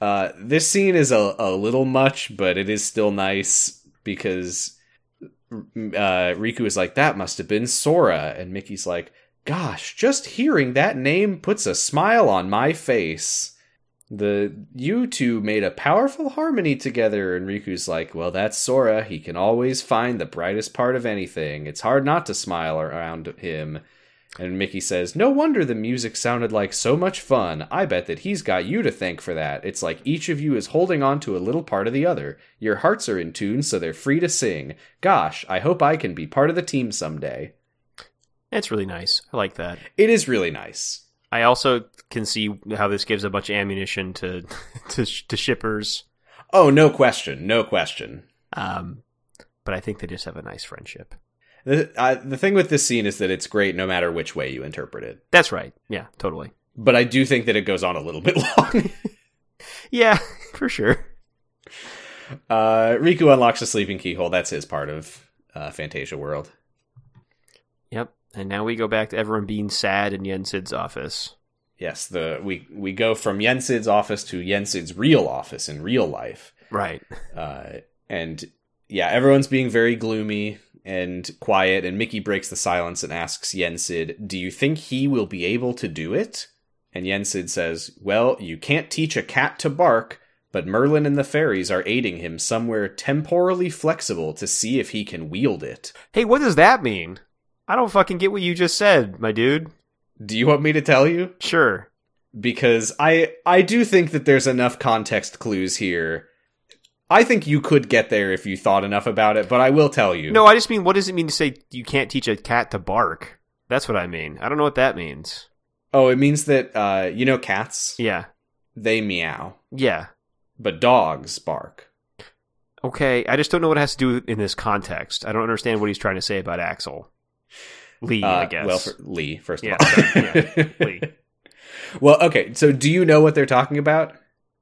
Speaker 1: Uh, this scene is a, a little much, but it is still nice because uh, Riku is like, that must have been Sora. And Mickey's like, gosh, just hearing that name puts a smile on my face. The you two made a powerful harmony together, and Riku's like, Well, that's Sora. He can always find the brightest part of anything. It's hard not to smile around him. And Mickey says, No wonder the music sounded like so much fun. I bet that he's got you to thank for that. It's like each of you is holding on to a little part of the other. Your hearts are in tune, so they're free to sing. Gosh, I hope I can be part of the team someday.
Speaker 2: It's really nice. I like that.
Speaker 1: It is really nice.
Speaker 2: I also can see how this gives a bunch of ammunition to to, sh- to shippers.
Speaker 1: Oh, no question, no question.
Speaker 2: Um, but I think they just have a nice friendship.
Speaker 1: The, I, the thing with this scene is that it's great no matter which way you interpret it.
Speaker 2: That's right. Yeah, totally.
Speaker 1: But I do think that it goes on a little bit long.
Speaker 2: Yeah, for sure.
Speaker 1: uh, Riku unlocks a sleeping keyhole. That's his part of uh, Fantasia World.
Speaker 2: Yep. And now we go back to everyone being sad in Yensid's office.
Speaker 1: Yes, the we we go from Yensid's office to Yensid's real office in real life,
Speaker 2: Right.
Speaker 1: uh, and yeah, everyone's being very gloomy and quiet. And Mickey breaks the silence and asks Yensid, "Do you think he will be able to do it?" And Yensid says, Well, you can't teach a cat to bark, but Merlin and the fairies are aiding him somewhere temporally flexible to see if he can wield it.
Speaker 2: Hey, what does that mean? I don't fucking get what you just said, my dude.
Speaker 1: Do you want me to tell you?
Speaker 2: Sure.
Speaker 1: Because I I do think that there's enough context clues here. I think you could get there if you thought enough about it, but I will tell you.
Speaker 2: No, I just mean what does it mean to say you can't teach a cat to bark? That's what I mean. I don't know what that means.
Speaker 1: Oh, it means that uh you know cats,
Speaker 2: Yeah.
Speaker 1: they meow,
Speaker 2: Yeah.
Speaker 1: but dogs bark.
Speaker 2: Okay. I just don't know what it has to do in this context. I don't understand what he's trying to say about Axel. Lee, I
Speaker 1: Uh,
Speaker 2: guess.
Speaker 1: Well, for Lee first
Speaker 2: Yeah,
Speaker 1: of all.
Speaker 2: yeah, Lee.
Speaker 1: Well, okay. So, do you know what they're talking about?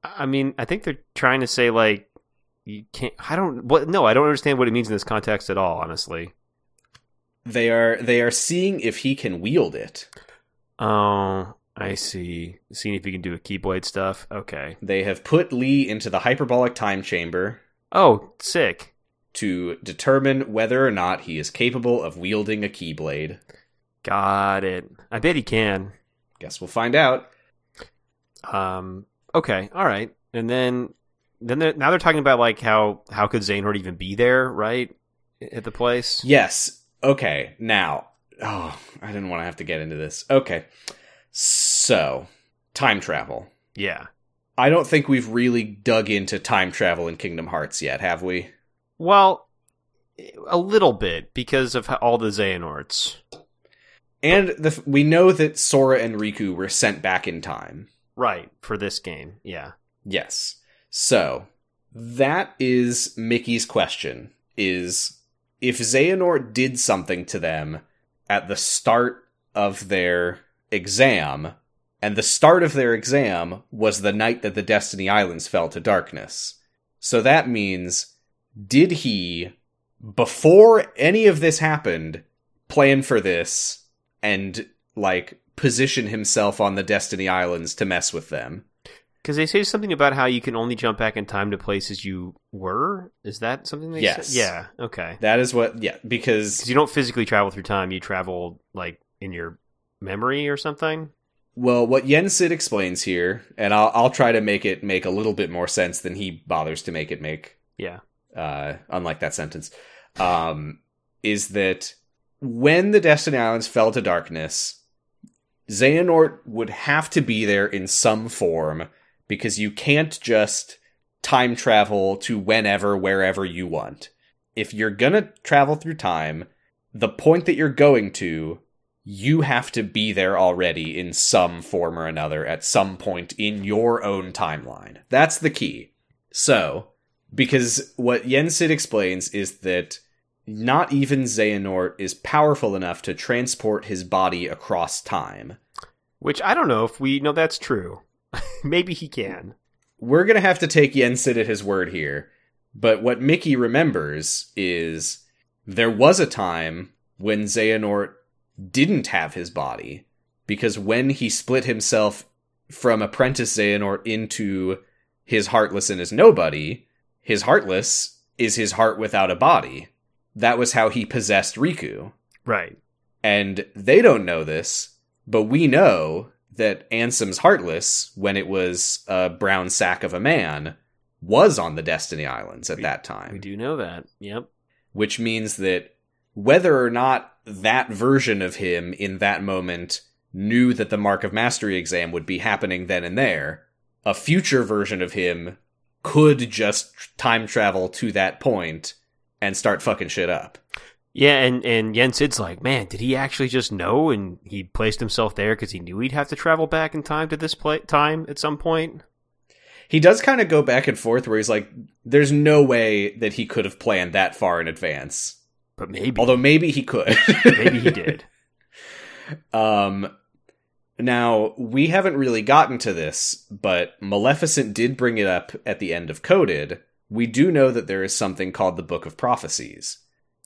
Speaker 2: I mean, I think they're trying to say like you can't. I don't. What? No, I don't understand what it means in this context at all. Honestly.
Speaker 1: They are they are seeing if he can wield it.
Speaker 2: Oh, I see. Seeing if you can do a keyblade stuff. Okay.
Speaker 1: They have put Lee into the hyperbolic time chamber
Speaker 2: Oh, sick.
Speaker 1: to determine whether or not he is capable of wielding a keyblade.
Speaker 2: Got it. I bet he can.
Speaker 1: Guess we'll find out.
Speaker 2: Um. Okay. All right. And then, then they're, now they're talking about like how how could Xehanort even be there, right? At the place.
Speaker 1: Yes. Okay. Now, oh, I didn't want to have to get into this. Okay. So, time travel.
Speaker 2: Yeah.
Speaker 1: I don't think we've really dug into time travel in Kingdom Hearts yet, have we?
Speaker 2: Well, a little bit because of how, all the Xehanorts.
Speaker 1: And the, we know that Sora and Riku were sent back in time.
Speaker 2: Right. For this game. Yeah.
Speaker 1: Yes. So that is Mickey's question: is if Xehanort did something to them at the start of their exam, and the start of their exam was the night that the Destiny Islands fell to darkness. So that means, did he, before any of this happened, plan for this and like position himself on the Destiny Islands to mess with them?
Speaker 2: Because they say something about how you can only jump back in time to places you were. Is that something they
Speaker 1: Yes.
Speaker 2: say? Yeah. Okay.
Speaker 1: That is what, yeah,
Speaker 2: Because
Speaker 1: because,
Speaker 2: you don't physically travel through time; you travel like in your memory or something.
Speaker 1: well, what Yensid explains here, and I'll, I'll try to make it make a little bit more sense than he bothers to make it make,
Speaker 2: Yeah.
Speaker 1: uh, unlike that sentence, um, is that when the Destiny Islands fell to darkness, Xehanort would have to be there in some form because you can't just time travel to whenever, wherever you want. If you're gonna travel through time, the point that you're going to, you have to be there already in some form or another at some point in your own timeline. That's the key. So, because what Yensid explains is that not even Xehanort is powerful enough to transport his body across time.
Speaker 2: Which I don't know if we know that's true. Maybe he can.
Speaker 1: We're going to have to take Yensid at his word here. But what Mickey remembers is there was a time when Xehanort didn't have his body because when he split himself from apprentice Xehanort into his heartless and his nobody, his heartless is his heart without a body. That was how he possessed Riku.
Speaker 2: Right.
Speaker 1: And they don't know this, but we know that Ansem's heartless, when it was a brown sack of a man, was on the Destiny Islands at that time
Speaker 2: We do know that. Yep.
Speaker 1: which means that whether or not that version of him in that moment knew that the Mark of Mastery exam would be happening then and there, a future version of him could just time travel to that point and start fucking shit up.
Speaker 2: Yeah, and and Yensid's like, man, did he actually just know? And he placed himself there because he knew he'd have to travel back in time to this pla time at some point.
Speaker 1: He does kind of go back and forth where he's like, there's no way that he could have planned that far in advance.
Speaker 2: But maybe,
Speaker 1: Although maybe he could.
Speaker 2: maybe he did.
Speaker 1: Um, now we haven't really gotten to this, but Maleficent did bring it up at the end of Coded. We do know that there is something called the Book of Prophecies.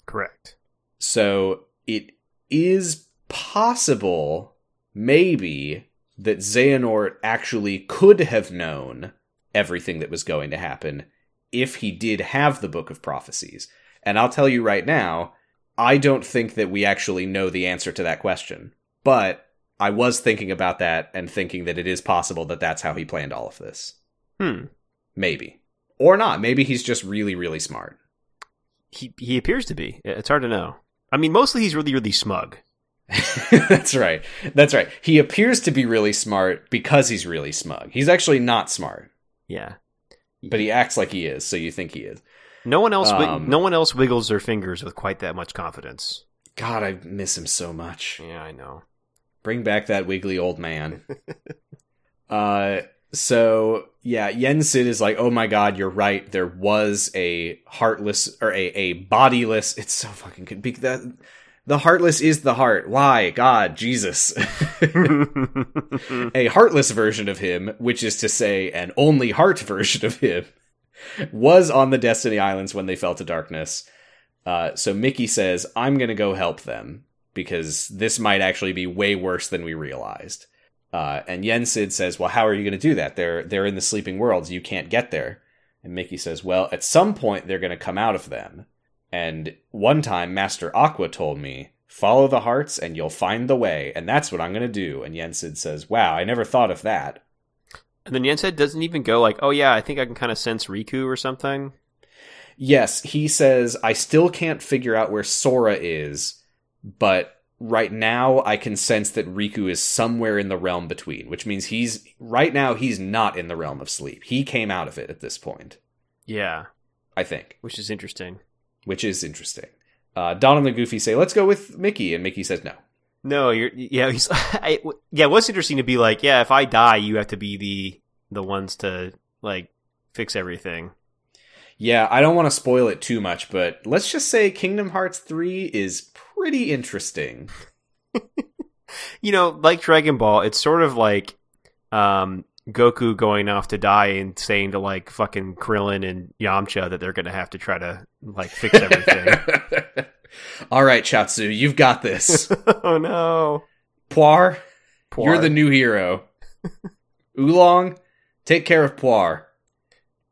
Speaker 2: Correct.
Speaker 1: So it is possible, maybe, that Xehanort actually could have known everything that was going to happen if he did have the Book of Prophecies. And I'll tell you right now, I don't think that we actually know the answer to that question. But I was thinking about that and thinking that it is possible that that's how he planned all of this.
Speaker 2: Hmm.
Speaker 1: Maybe. Or not. Maybe he's just really, really smart.
Speaker 2: He he appears to be. It's hard to know. I mean, mostly he's really really smug.
Speaker 1: That's right. That's right. He appears to be really smart because he's really smug. He's actually not smart,
Speaker 2: Yeah.
Speaker 1: but he acts like he is, so you think he is.
Speaker 2: No one else. wi-
Speaker 1: Um,
Speaker 2: no one else wiggles their fingers with quite that much confidence.
Speaker 1: God, I miss him so much.
Speaker 2: Yeah, I know.
Speaker 1: Bring back that wiggly old man. uh so yeah, Yen Sid is like, oh my god, you're right. There was a heartless or a, a bodiless. It's so fucking good. Be- that, the heartless is the heart. Why? God, Jesus. a heartless version of him, which is to say, an only heart version of him, was on the Destiny Islands when they fell to darkness. Uh, so Mickey says, I'm going to go help them because this might actually be way worse than we realized. Uh, and Yensid says, Well, how are you going to do that? They're, they're in the sleeping worlds. You can't get there. And Mickey says, Well, at some point, they're going to come out of them. And one time, Master Aqua told me, Follow the hearts and you'll find the way. And that's what I'm going to do. And Yensid says, Wow, I never thought of that.
Speaker 2: and then Yensid doesn't even go like, "Oh yeah, I think I can kind of sense Riku or something."
Speaker 1: Yes, he says, I still can't figure out where Sora is, but right now I can sense that Riku is somewhere in the realm between, which means he's, right now, he's not in the realm of sleep. He came out of it at this point,
Speaker 2: Yeah,
Speaker 1: I think,
Speaker 2: which is interesting.
Speaker 1: which is interesting. Uh, Donald and Goofy say, Let's go with Mickey. And Mickey says, No.
Speaker 2: No, you're yeah. He's I, yeah. What's interesting to be like, yeah. If I die, you have to be the the ones to like fix everything.
Speaker 1: Yeah, I don't want to spoil it too much, but let's just say Kingdom Hearts 3 is pretty interesting.
Speaker 2: You know, like Dragon Ball, it's sort of like um, Goku going off to die and saying to like fucking Krillin and Yamcha that they're gonna have to try to like fix everything.
Speaker 1: All right, Chatsu, you've got this.
Speaker 2: oh no,
Speaker 1: Poir, you're
Speaker 2: Poor.
Speaker 1: the new hero. Oolong, take care of Poir.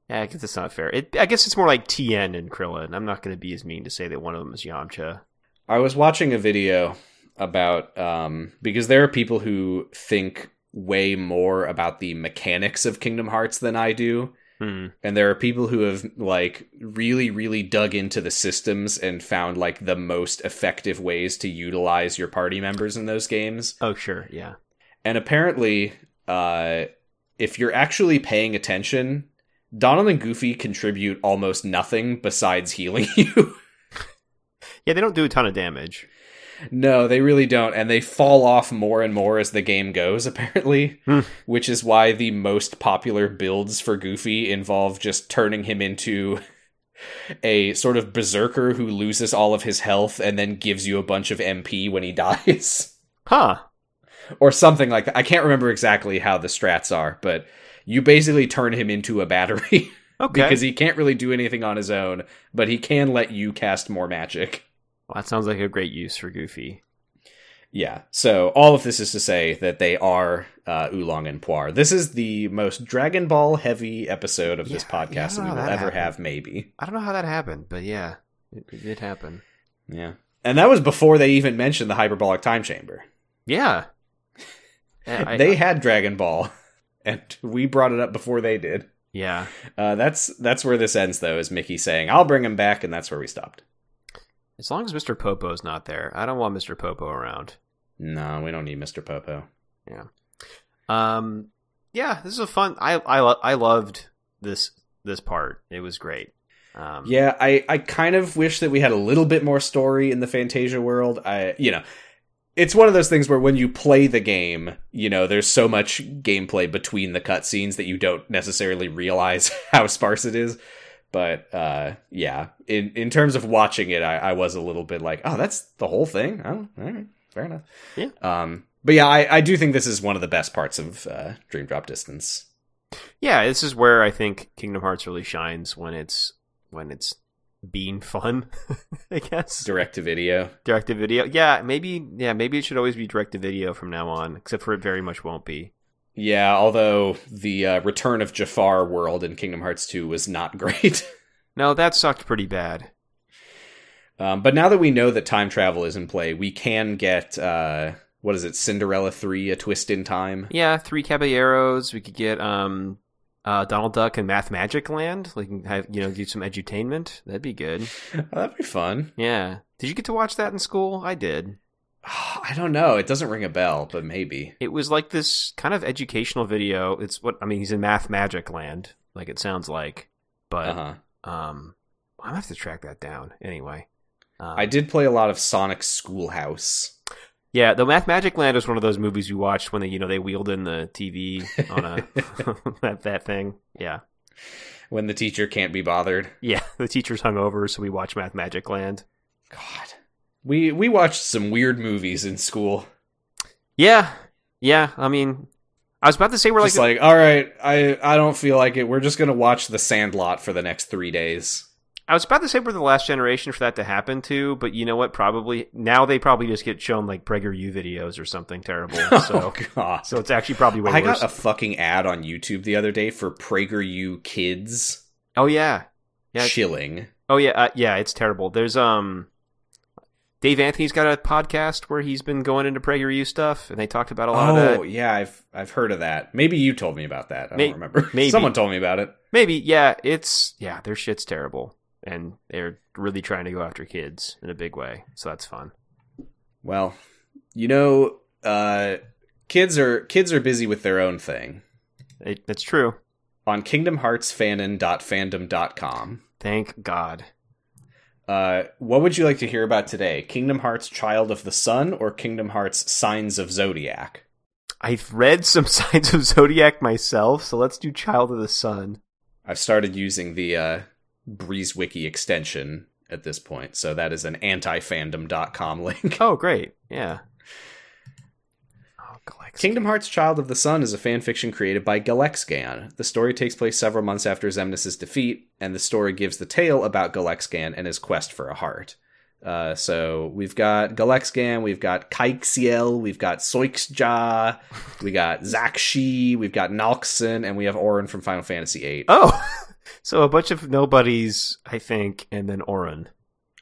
Speaker 2: Yeah, I guess that's not fair. It, I guess it's more like TN and Krillin. I'm not gonna be as mean to say that one of them is Yamcha.
Speaker 1: I was watching a video about um, because there are people who think way more about the mechanics of Kingdom Hearts than I do.
Speaker 2: Hmm.
Speaker 1: and there are people who have like really really dug into the systems and found like the most effective ways to utilize your party members in those games
Speaker 2: Oh sure, yeah.
Speaker 1: and apparently uh if you're actually paying attention, Donald and Goofy contribute almost nothing besides healing you.
Speaker 2: Yeah, they don't do a ton of damage.
Speaker 1: no, they really don't, and they fall off more and more as the game goes, apparently,
Speaker 2: Hmm.
Speaker 1: which is why the most popular builds for Goofy involve just turning him into a sort of berserker who loses all of his health and then gives you a bunch of MP when he dies.
Speaker 2: Huh.
Speaker 1: or something like that. I can't remember exactly how the strats are, but you basically turn him into a battery
Speaker 2: Okay.
Speaker 1: because he can't really do anything on his own, but he can let you cast more magic.
Speaker 2: Well, that sounds like a great use for Goofy.
Speaker 1: Yeah. So all of this is to say that they are uh, Oolong and Poir. This is the most Dragon Ball heavy episode of this
Speaker 2: Yeah,
Speaker 1: podcast
Speaker 2: yeah,
Speaker 1: that we will
Speaker 2: that
Speaker 1: ever
Speaker 2: happened.
Speaker 1: have, maybe.
Speaker 2: I don't know how that happened, but yeah, it, it did happen.
Speaker 1: Yeah. And that was before they even mentioned the hyperbolic time chamber.
Speaker 2: Yeah. Eh, I-
Speaker 1: they had Dragon Ball, and we brought it up before they did.
Speaker 2: yeah.
Speaker 1: Uh, that's that's where this ends, though, is Mickey saying, "I'll bring him back," and that's where we stopped.
Speaker 2: As long as Mr. Popo's not there, I don't want Mr. Popo around.
Speaker 1: No, we don't need Mister Popo.
Speaker 2: Um, yeah, this is a fun. I I lo- I loved this this part. It was great. Um,
Speaker 1: Yeah, I I kind of wish that we had a little bit more story in the Fantasia world. I you know, it's one of those things where when you play the game, you know, there's so much gameplay between the cutscenes that you don't necessarily realize how sparse it is. But uh, yeah, in in terms of watching it, I, I was a little bit like, oh, that's the whole thing. Oh, all right, fair enough.
Speaker 2: Yeah.
Speaker 1: Um. But yeah, I, I do think this is one of the best parts of uh, Dream Drop Distance.
Speaker 2: yeah. This is where I think Kingdom Hearts really shines when it's when it's being fun. I guess
Speaker 1: Direct to video.
Speaker 2: direct to video. Yeah, maybe. Yeah, maybe it should always be direct to video from now on. Except for it very much won't be.
Speaker 1: Yeah, although the uh, return of Jafar world in Kingdom Hearts 2 was not great.
Speaker 2: No, that sucked pretty bad.
Speaker 1: um, but now that we know that time travel is in play, we can get, uh, what is it, Cinderella 3, A Twist in Time?
Speaker 2: Yeah, three caballeros. We could get um, uh, Donald Duck and Math Magic Land. Like have you know do some edutainment. That'd be good.
Speaker 1: Oh, that'd be fun.
Speaker 2: Yeah. Did you get to watch that in school? I did.
Speaker 1: I don't know. It doesn't ring a bell, but maybe.
Speaker 2: It was like this kind of educational video. It's what I mean. He's in Math Magic Land, like it sounds like. But
Speaker 1: Uh huh.
Speaker 2: um, I'm gonna have to track that down anyway. Um,
Speaker 1: I did play a lot of Sonic Schoolhouse.
Speaker 2: Yeah, the Math Magic Land was one of those movies we watched when they, you know, they wheeled in the TV on a that that thing. Yeah,
Speaker 1: When the teacher can't be bothered.
Speaker 2: yeah. The teacher's hungover, so we watched Math Magic Land.
Speaker 1: God. We, we watched some weird movies in school.
Speaker 2: Yeah, yeah. I mean, I was about to say we're
Speaker 1: Just
Speaker 2: like
Speaker 1: like, all right, I, I don't feel like it. We're just going to watch The Sandlot for the next three days.
Speaker 2: I was about to say we're the last generation for that to happen to, but you know what? Probably now they probably just get shown like PragerU videos or something terrible. So,
Speaker 1: Oh, God.
Speaker 2: so it's actually probably way
Speaker 1: I
Speaker 2: worse.
Speaker 1: got a fucking ad on YouTube the other day for PragerU Kids.
Speaker 2: oh yeah, Yeah.
Speaker 1: Chilling.
Speaker 2: oh yeah, uh, yeah. It's terrible. There's um, Dave Anthony's got a podcast where he's been going into PragerU stuff, and they talked about a lot of
Speaker 1: Oh
Speaker 2: that.
Speaker 1: yeah, I've I've heard of that. Maybe you told me about that. I
Speaker 2: May-
Speaker 1: don't remember.
Speaker 2: maybe.
Speaker 1: Someone told me about it.
Speaker 2: Maybe yeah. It's yeah. Their shit's terrible, and they're really trying to go after kids in a big way. So that's fun.
Speaker 1: Well, you know, uh, kids are kids are busy with their own thing.
Speaker 2: It, it's true.
Speaker 1: On kingdomheartsfanon.fandom.com.
Speaker 2: Thank God.
Speaker 1: Uh, what would you like to hear about today? Kingdom Hearts Child of the Sun or Kingdom Hearts Signs of Zodiac?
Speaker 2: I've read some signs of zodiac myself, so let's do Child of the Sun.
Speaker 1: I've started using the uh, Breeze Wiki extension at this point, so that is an antifandom.com link.
Speaker 2: Oh, great! Yeah. Oh, Galaxy.
Speaker 1: Kingdom Hearts Child of the Sun is a fanfiction created by Galexgan. The story takes place several months after Xemnas' defeat, and the story gives the tale about Galexgan and his quest for a heart. Uh, so we've got Galexgan, we've got Kaixiel, we've got Soixja, we got Zakshi, we've got Nalkson, and we have Orin from Final Fantasy VIII.
Speaker 2: Oh, so a bunch of nobodies, I think, and then Orin.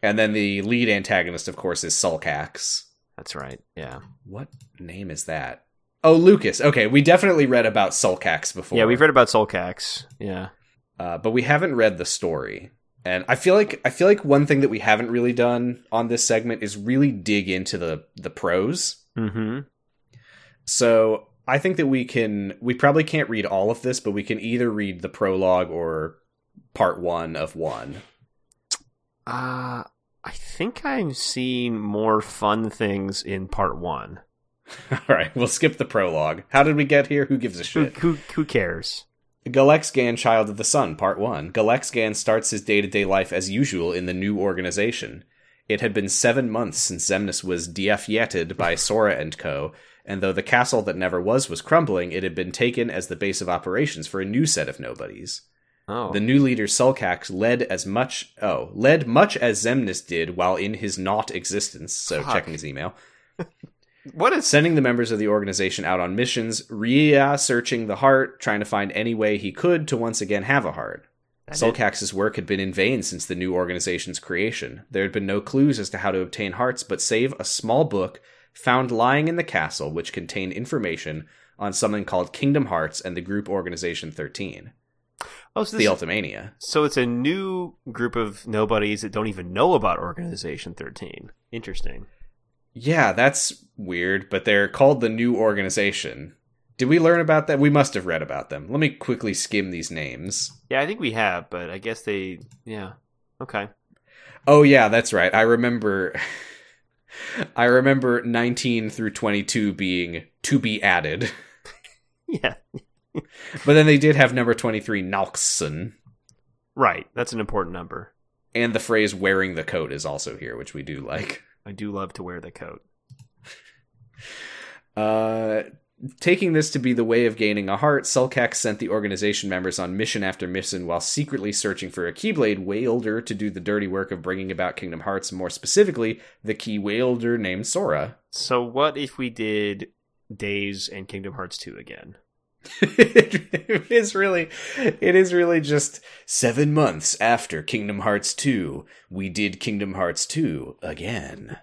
Speaker 1: And then the lead antagonist, of course, is Sulcax.
Speaker 2: That's right. Yeah.
Speaker 1: What name is that? Oh, Lucas. Okay, we definitely read about Sulcax before.
Speaker 2: Yeah, we've read about Solcax. Yeah.
Speaker 1: uh, but we haven't read the story. And I feel like I feel like one thing that we haven't really done on this segment is really dig into the the prose.
Speaker 2: Mm-hmm.
Speaker 1: So I think that we can we probably can't read all of this, but we can either read the prologue or part 1 of 1.
Speaker 2: Uh, I think I'm seeing more fun things in part one.
Speaker 1: all right, we'll skip the prologue. How did we get here? Who gives a
Speaker 2: Who,
Speaker 1: shit?
Speaker 2: who, who cares?
Speaker 1: Galexgan Child of the Sun, Part 1. Galexgan starts his day to day life as usual in the new organization. It had been seven months since Zemnis was deafieted by Sora and co, and though the castle that never was was crumbling, it had been taken as the base of operations for a new set of nobodies.
Speaker 2: Oh,
Speaker 1: The new leader Sulcax led as much oh led much as Zemnis did while in his not existence. So
Speaker 2: Fuck.
Speaker 1: checking his email,
Speaker 2: what is
Speaker 1: sending the members of the organization out on missions, Ria searching the heart, trying to find any way he could to once again have a heart. Sulcax's work had been in vain since the new organization's creation. There had been no clues as to how to obtain hearts, but save a small book found lying in the castle, which contained information on something called Kingdom Hearts and the group Organization 13,
Speaker 2: Oh, so
Speaker 1: the
Speaker 2: this
Speaker 1: Ultimania.
Speaker 2: So it's a new group of nobodies that don't even know about Organization 13. Interesting.
Speaker 1: Yeah, that's weird, but they're called the New Organization. Did we learn about that? We must have read about them. Let me quickly skim these names.
Speaker 2: Yeah, I think we have, but I guess they. Yeah. Okay.
Speaker 1: Oh yeah, that's right. I remember I remember 19 through 22 being to be added.
Speaker 2: Yeah.
Speaker 1: But then they did have number 23 Nalkson
Speaker 2: Right. That's an important number.
Speaker 1: and the phrase wearing the coat is also here, which we do like.
Speaker 2: I do love to wear the coat.
Speaker 1: Uh, taking this to be the way of gaining a heart, Sulcax sent the organization members on mission after mission while secretly searching for a Keyblade Wielder to do the dirty work of bringing about Kingdom Hearts, more specifically, the Key Wielder named Sora.
Speaker 2: So what if we did Days and Kingdom Hearts 2 again?
Speaker 1: it is really, it is really just seven months after Kingdom Hearts 2, we did Kingdom Hearts 2 again.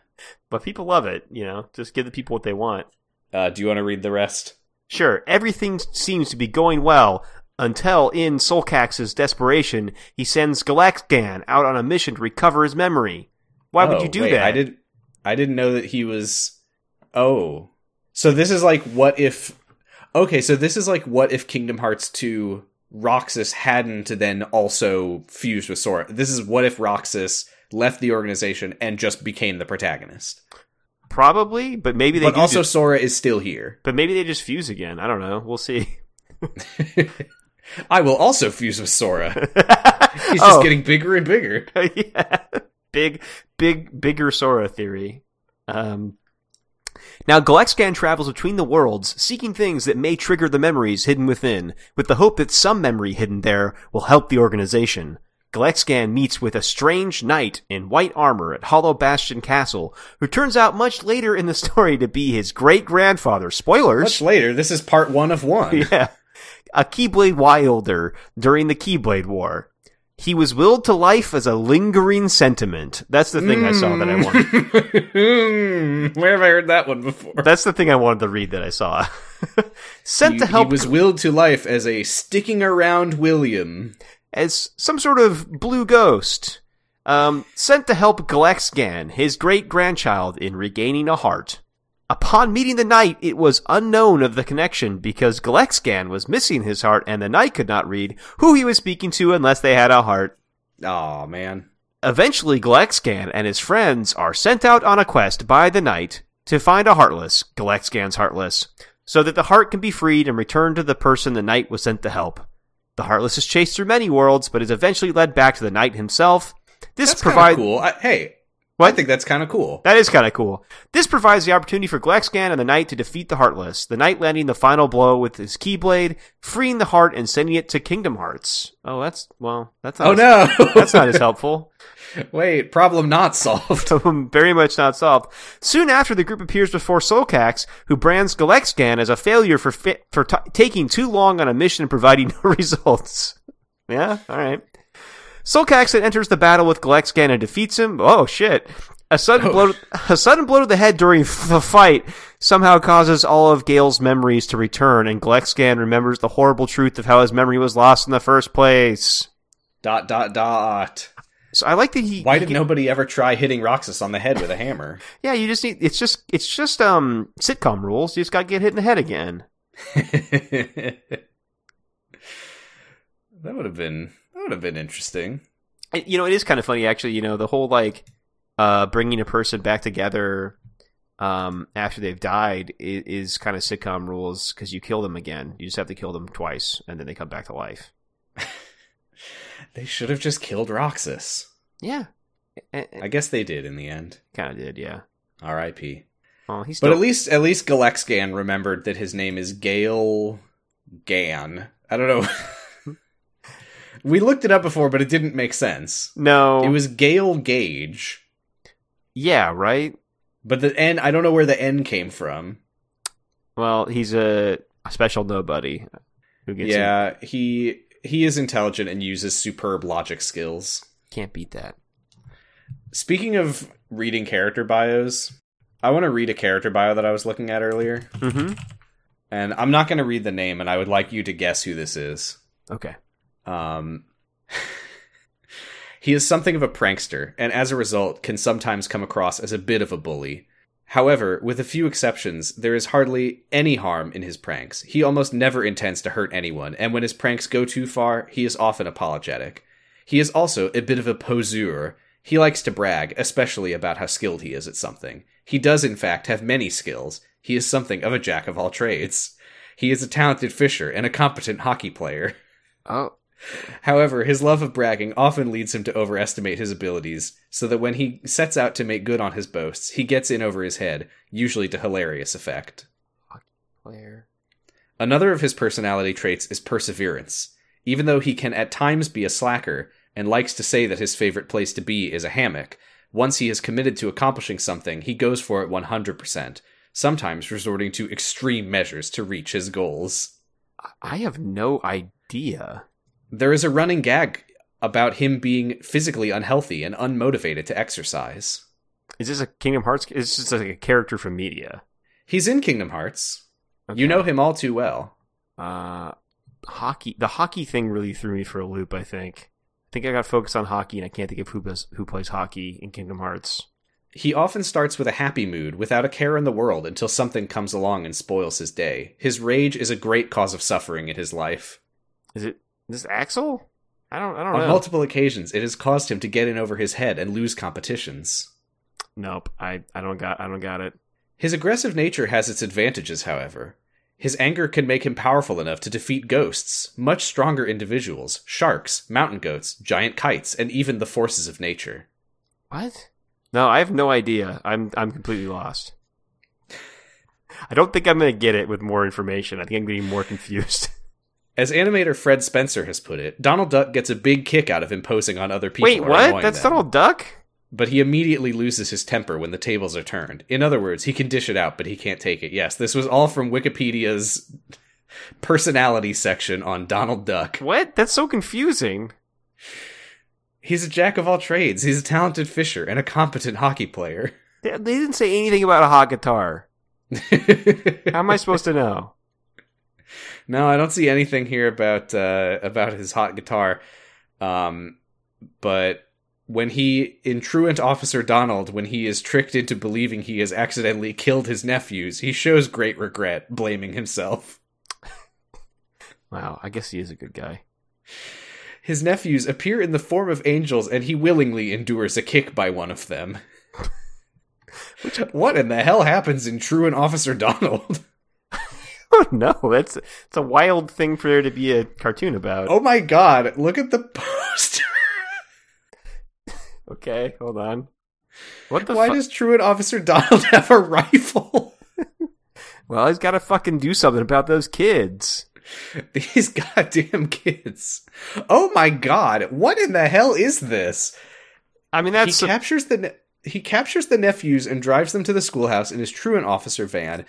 Speaker 2: But people love it, you know? Just give the people what they want.
Speaker 1: Uh, do you want to read the rest?
Speaker 2: Sure, everything seems to be going well until, in Solcax's desperation, he sends Galaxgan out on a mission to recover his memory. Why would
Speaker 1: Oh,
Speaker 2: you do
Speaker 1: wait,
Speaker 2: that?
Speaker 1: I did. I didn't know that he was. Oh, so this is like what if? Okay, so this is like what if Kingdom Hearts two Roxas hadn't then also fused with Sora. This is what if Roxas left the organization and just became the protagonist.
Speaker 2: Probably, but maybe they
Speaker 1: But
Speaker 2: do
Speaker 1: also,
Speaker 2: just-
Speaker 1: Sora is still here.
Speaker 2: but maybe they just fuse again. I don't know. We'll see.
Speaker 1: I will also fuse with Sora. He's
Speaker 2: Oh.
Speaker 1: just getting bigger and bigger.
Speaker 2: yeah. Big, big, bigger Sora theory. Um, now, Galaxgan travels between the worlds, seeking things that may trigger the memories hidden within, with the hope that some memory hidden there will help the organization. Galaxgan meets with a strange knight in white armor at Hollow Bastion Castle, who turns out much later in the story to be his great grandfather. Spoilers!
Speaker 1: Much later, this is part one of one.
Speaker 2: yeah. A Keyblade Wilder during the Keyblade War. He was willed to life as a lingering sentiment. That's the thing I saw that I wanted.
Speaker 1: Hmm, Where have I heard that one before?
Speaker 2: That's the thing I wanted to read that I saw. Sent
Speaker 1: he,
Speaker 2: to
Speaker 1: he
Speaker 2: help
Speaker 1: was willed to life as a sticking around William.
Speaker 2: as some sort of blue ghost. Um, sent to help Galaxgan, his great grandchild, in regaining a heart. Upon meeting the knight, it was unknown of the connection because Galaxgan was missing his heart and the knight could not read who he was speaking to unless they had a heart.
Speaker 1: Aw, man.
Speaker 2: Eventually, Galaxgan and his friends are sent out on a quest by the knight to find a Heartless, Galaxgan's Heartless, so that the heart can be freed and returned to the person the knight was sent to help. The Heartless is chased through many worlds, but is eventually led back to the knight himself. This
Speaker 1: That's kind of
Speaker 2: provides
Speaker 1: cool. I, hey, I
Speaker 2: What?
Speaker 1: think that's kind of cool.
Speaker 2: that is kind of cool. This provides the opportunity for Galaxgan and the knight to defeat the Heartless. The knight landing the final blow with his keyblade, freeing the heart and sending it to Kingdom Hearts. Oh, that's well, that's not
Speaker 1: oh,
Speaker 2: as-
Speaker 1: no.
Speaker 2: that's not as helpful.
Speaker 1: Wait, problem not solved.
Speaker 2: problem very much not solved. Soon after, the group appears before Solcax, who brands Galaxgan as a failure for fi- for t- taking too long on a mission and providing no results. Yeah, all right. Solcax then enters the battle with Galaxgan and defeats him. Oh shit! A sudden
Speaker 1: Oh.
Speaker 2: blow, a sudden blow to the head during f- the fight somehow causes all of Gale's memories to return, and Galaxgan remembers the horrible truth of how his memory was lost in the first place.
Speaker 1: dot, dot, dot.
Speaker 2: So I like that he.
Speaker 1: Why
Speaker 2: he
Speaker 1: did
Speaker 2: get-
Speaker 1: nobody ever try hitting Roxas on the head with a hammer?
Speaker 2: Yeah, you just need. It's just. It's just um sitcom rules. You just got to get hit in the head again.
Speaker 1: that would have been that would have been interesting.
Speaker 2: It- you know, it is kind of funny actually. You know, the whole like uh, bringing a person back together um, after they've died is, is kind of sitcom rules because you kill them again. You just have to kill them twice, and then they come back to life.
Speaker 1: They should have just killed Roxas.
Speaker 2: Yeah,
Speaker 1: I guess they did in the end.
Speaker 2: kind of did. Yeah.
Speaker 1: R.I.P.
Speaker 2: Well, he's
Speaker 1: But
Speaker 2: still.
Speaker 1: at least at least Galexgan remembered that his name is Gale Gan. I don't know. we looked it up before, but it didn't make sense.
Speaker 2: no.
Speaker 1: It was Gale Gage,
Speaker 2: yeah. Right.
Speaker 1: but the N I don't know where the N came from.
Speaker 2: Well, he's a, a special nobody who gets. in-
Speaker 1: yeah, he he is intelligent and uses superb logic skills.
Speaker 2: Can't beat that.
Speaker 1: Speaking of reading character bios, I want to read a character bio that I was looking at earlier,
Speaker 2: Mm-hmm.
Speaker 1: and I'm not going to read the name, and I would like you to guess who this is.
Speaker 2: Okay.
Speaker 1: Um, he is something of a prankster, and as a result, can sometimes come across as a bit of a bully. However, with a few exceptions, there is hardly any harm in his pranks. He almost never intends to hurt anyone, and when his pranks go too far, he is often apologetic. He is also a bit of a poseur. He likes to brag, especially about how skilled he is at something. He does, in fact, have many skills. He is something of a jack of all trades. He is a talented fisher and a competent hockey player.
Speaker 2: Oh.
Speaker 1: However, his love of bragging often leads him to overestimate his abilities, so that when he sets out to make good on his boasts, he gets in over his head, usually to hilarious effect.
Speaker 2: Claire.
Speaker 1: Another of his personality traits is perseverance. Even though he can at times be a slacker and likes to say that his favorite place to be is a hammock, once he is committed to accomplishing something, he goes for it 100%, sometimes resorting to extreme measures to reach his goals.
Speaker 2: I- I have no idea.
Speaker 1: There is a running gag about him being physically unhealthy and unmotivated to exercise.
Speaker 2: Is this a Kingdom Hearts? Is this like a character from media?
Speaker 1: He's in Kingdom Hearts. You
Speaker 2: Okay.
Speaker 1: know him all too well.
Speaker 2: uh, hockey. The hockey thing really threw me for a loop. I think. I think I got focused on hockey, and I can't think of who does, who plays hockey in Kingdom Hearts.
Speaker 1: He often starts with a happy mood, without a care in the world, until something comes along and spoils his day. His rage is a great cause of suffering in his life.
Speaker 2: Is it is this Axel? I don't. I don't
Speaker 1: On
Speaker 2: know.
Speaker 1: multiple occasions, it has caused him to get in over his head and lose competitions.
Speaker 2: nope. I, I don't got. I don't got it.
Speaker 1: His aggressive nature has its advantages, however. His anger can make him powerful enough to defeat ghosts, much stronger individuals, sharks, mountain goats, giant kites, and even the forces of nature.
Speaker 2: What? No, I have no idea. I'm I'm completely lost. I don't think I'm gonna get it with more information. I think I'm getting more confused.
Speaker 1: As animator Fred Spencer has put it, Donald Duck gets a big kick out of imposing on other people.
Speaker 2: Wait,
Speaker 1: or
Speaker 2: what?
Speaker 1: annoying
Speaker 2: That's
Speaker 1: them,
Speaker 2: Donald Duck?
Speaker 1: But he immediately loses his temper when the tables are turned. In other words, he can dish it out, but he can't take it. Yes, this was all from Wikipedia's personality section on Donald Duck.
Speaker 2: What? That's so confusing.
Speaker 1: He's a jack of all trades. He's a talented fisher and a competent hockey player.
Speaker 2: They, they didn't say anything about a hot guitar. How
Speaker 1: no,
Speaker 2: am I supposed to know?
Speaker 1: I don't see anything here about uh, about his hot guitar. Um, but when he in truant officer Donald, when he is tricked into believing he has accidentally killed his nephews, he shows great regret, blaming himself.
Speaker 2: Wow, I guess he is a good guy.
Speaker 1: His nephews appear in the form of angels, and he willingly endures a kick by one of them. what in the hell happens in truant officer Donald?
Speaker 2: Oh no, that's it's a wild thing for there to be a cartoon about.
Speaker 1: Oh my god, look at the poster.
Speaker 2: Okay, hold on. What the
Speaker 1: Why
Speaker 2: fu-
Speaker 1: does Truant Officer Donald have a rifle?
Speaker 2: Well, he's got to fucking do something about those kids.
Speaker 1: These goddamn kids. Oh my god, what in the hell is this?
Speaker 2: I mean, that's
Speaker 1: he captures the ne- he captures the nephews and drives them to the schoolhouse in his truant officer van.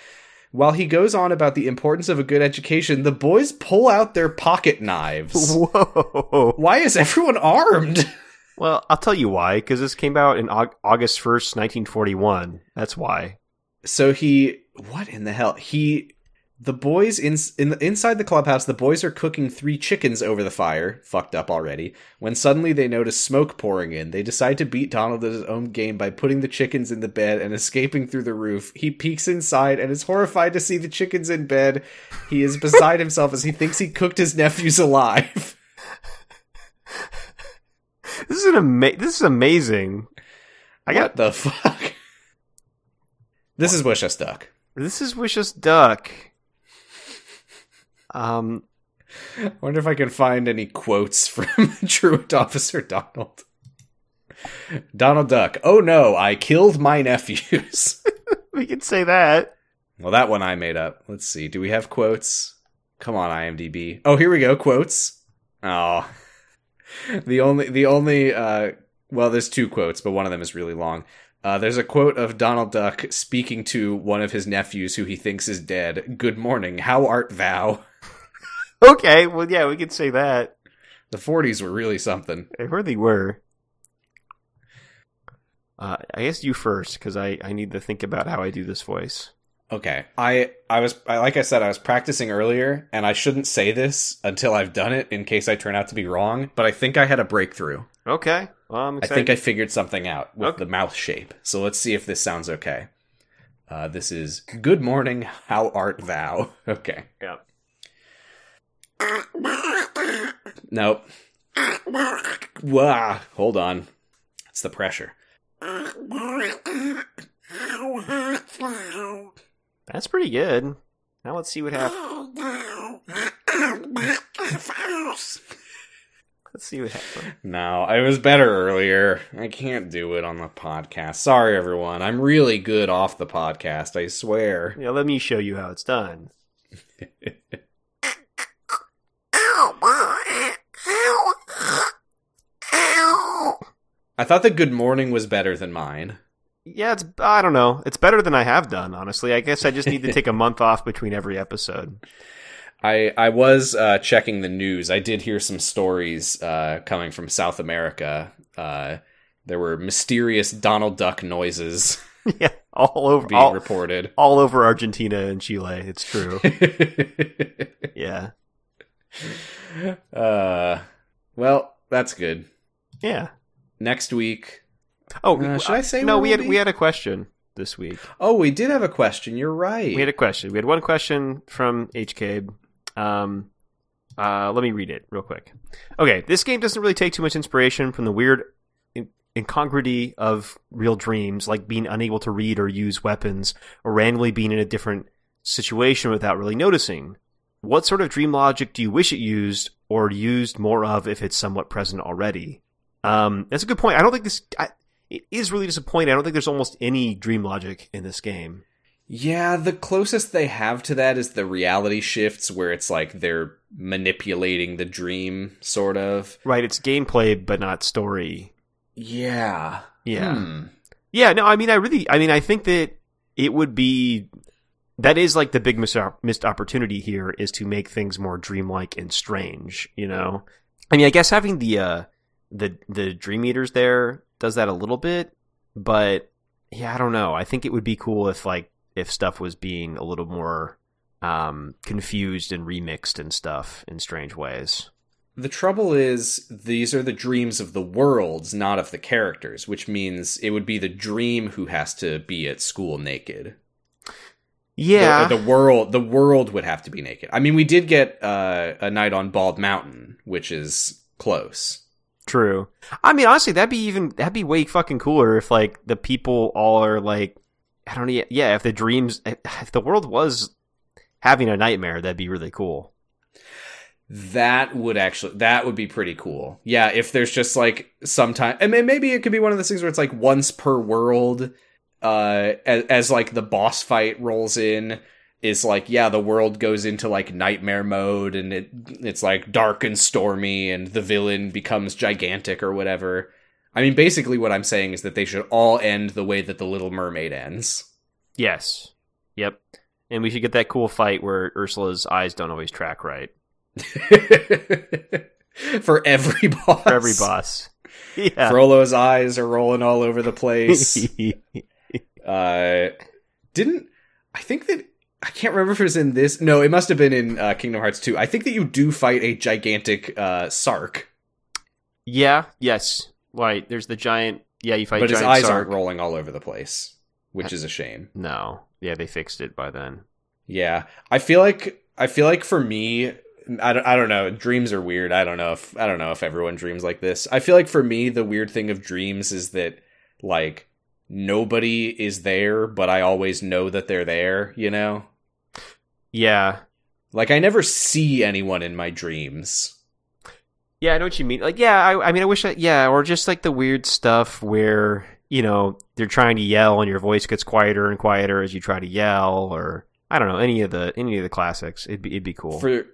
Speaker 1: While he goes on about the importance of a good education, the boys pull out their pocket knives.
Speaker 2: whoa.
Speaker 1: Why is everyone armed?
Speaker 2: Well, I'll tell you why. Because this came out in Au- August first, nineteen forty-one. That's why.
Speaker 1: So he what in the hell? He The boys in, in inside the clubhouse, the boys are cooking three chickens over the fire, fucked up already. When suddenly they notice smoke pouring in, they decide to beat Donald at his own game by putting the chickens in the bed and escaping through the roof. He peeks inside and is horrified to see the chickens in bed. He is beside himself as he thinks he cooked his nephews alive.
Speaker 2: This is an ama- This is amazing. I
Speaker 1: What
Speaker 2: got
Speaker 1: the fuck? This is Wish Us Duck.
Speaker 2: this is Wish Us Duck. Um,
Speaker 1: I wonder if I can find any quotes from Truant Officer Donald. Donald Duck. Oh no, I killed my nephews.
Speaker 2: we can say that.
Speaker 1: well, that one I made up. Let's see. Do we have quotes? Come on, IMDb. Oh, here we go. Quotes. Oh, the only the only uh, well, there's two quotes, but one of them is really long. Uh, there's a quote of Donald Duck speaking to one of his nephews who he thinks is dead. Good morning. How art thou?
Speaker 2: Okay, well, yeah, we can say that.
Speaker 1: The 40s were really something.
Speaker 2: They really were. Uh, I guess you first, because I, I need to think about how I do this voice.
Speaker 1: Okay. I I was I, like I said I was practicing earlier and I shouldn't say this until I've done it in case I turn out to be wrong, but I think I had a breakthrough.
Speaker 2: Okay, well, I'm
Speaker 1: I
Speaker 2: excited.
Speaker 1: think I figured something out with
Speaker 2: Okay.
Speaker 1: the mouth shape. So let's see if this sounds okay. Uh, this is Good morning, how art thou? Okay.
Speaker 2: Yeah.
Speaker 1: Nope. Wah, hold on. It's the pressure.
Speaker 2: That's pretty good. Now let's see what happens. Let's see what happens.
Speaker 1: No, I was better earlier. I can't do it on the podcast. Sorry, everyone. I'm really good off the podcast, I swear.
Speaker 2: Yeah, let me show you how it's done.
Speaker 1: I thought the good morning was better than mine.
Speaker 2: Yeah, it's I don't know. It's better than I have done, honestly. I guess I just need to take a month off between every episode.
Speaker 1: I, I was uh, checking the news. I did hear some stories uh, coming from South America. Uh, there were mysterious Donald Duck noises
Speaker 2: yeah, all over
Speaker 1: being
Speaker 2: all,
Speaker 1: reported.
Speaker 2: all over Argentina and Chile. It's true. yeah.
Speaker 1: uh, well, that's good.
Speaker 2: Yeah.
Speaker 1: Next week.
Speaker 2: Oh,
Speaker 1: Uh, should I say
Speaker 2: No,
Speaker 1: where
Speaker 2: we
Speaker 1: we'll
Speaker 2: had
Speaker 1: be?
Speaker 2: we had a question this week.
Speaker 1: Oh, we did have a question. You're right.
Speaker 2: We had a question. We had one question from HK. Um, uh, let me read it real quick. Okay, this game doesn't really take too much inspiration from the weird in- incongruity of real dreams, like being unable to read or use weapons, or randomly being in a different situation without really noticing. What sort of dream logic do you wish it used, or used more of if it's somewhat present already? Um, that's a good point. I don't think this. I, it is really disappointing. I don't think there's almost any dream logic in this game.
Speaker 1: Yeah, the closest they have to that is the reality shifts where it's like they're manipulating the dream, sort of.
Speaker 2: Right, it's gameplay but not story.
Speaker 1: Yeah.
Speaker 2: Yeah.
Speaker 1: Hmm.
Speaker 2: Yeah, no, I mean I really I mean I think that it would be that is like the big mis- missed opportunity here is to make things more dreamlike and strange, you know. I mean, I guess having the uh the the dream eaters there does that a little bit, but yeah, I don't know. I think it would be cool if like if stuff was being a little more um confused and remixed and stuff in strange ways.
Speaker 1: The trouble is, these are the dreams of the worlds, not of the characters, which means it would be the dream who has to be at school naked.
Speaker 2: Yeah.
Speaker 1: The, the world, the world would have to be naked. I mean, we did get uh, a night on Bald Mountain, which is close.
Speaker 2: True. I mean, honestly, that'd be even that'd be way fucking cooler if like the people all are like, I don't know, yeah. If the dreams, eh, if the world was having a nightmare, that'd be really cool.
Speaker 1: That would actually that would be pretty cool. Yeah, if there's just like sometime and may- maybe it could be one of those things where it's like once per world uh as, as like the boss fight rolls in is like yeah, the world goes into like nightmare mode and it it's like dark and stormy and the villain becomes gigantic or whatever. I mean basically what I'm saying is that they should all end the way that the little mermaid ends.
Speaker 2: Yes. Yep. And we should get that cool fight where Ursula's eyes don't always track right
Speaker 1: For every boss.
Speaker 2: for every boss. Yeah.
Speaker 1: Frollo's eyes are rolling all over the place. uh, didn't I think that I can't remember if it was in this. No, it must have been in uh, Kingdom Hearts 2. I think that you do fight a gigantic uh, Sark,
Speaker 2: Yeah. Yes. Right. There's the giant. Yeah, you fight
Speaker 1: but his
Speaker 2: giant
Speaker 1: eyes
Speaker 2: Sark. Uh.
Speaker 1: aren't rolling all over the place, which is a shame.
Speaker 2: No. Yeah, they fixed it by then.
Speaker 1: Yeah, I feel like I feel like for me, I don't, I don't know. Dreams are weird. I don't know if I don't know if everyone dreams like this. I feel like for me, the weird thing of dreams is that like nobody is there, but I always know that they're there. You know,
Speaker 2: Yeah.
Speaker 1: like I never see anyone in my dreams.
Speaker 2: Yeah, I know what you mean. Like, yeah, I, I mean, I wish, I, yeah, or just like the weird stuff where you know they're trying to yell and your voice gets quieter and quieter as you try to yell, or I don't know any of the any of the classics. It'd be it'd be cool.
Speaker 1: For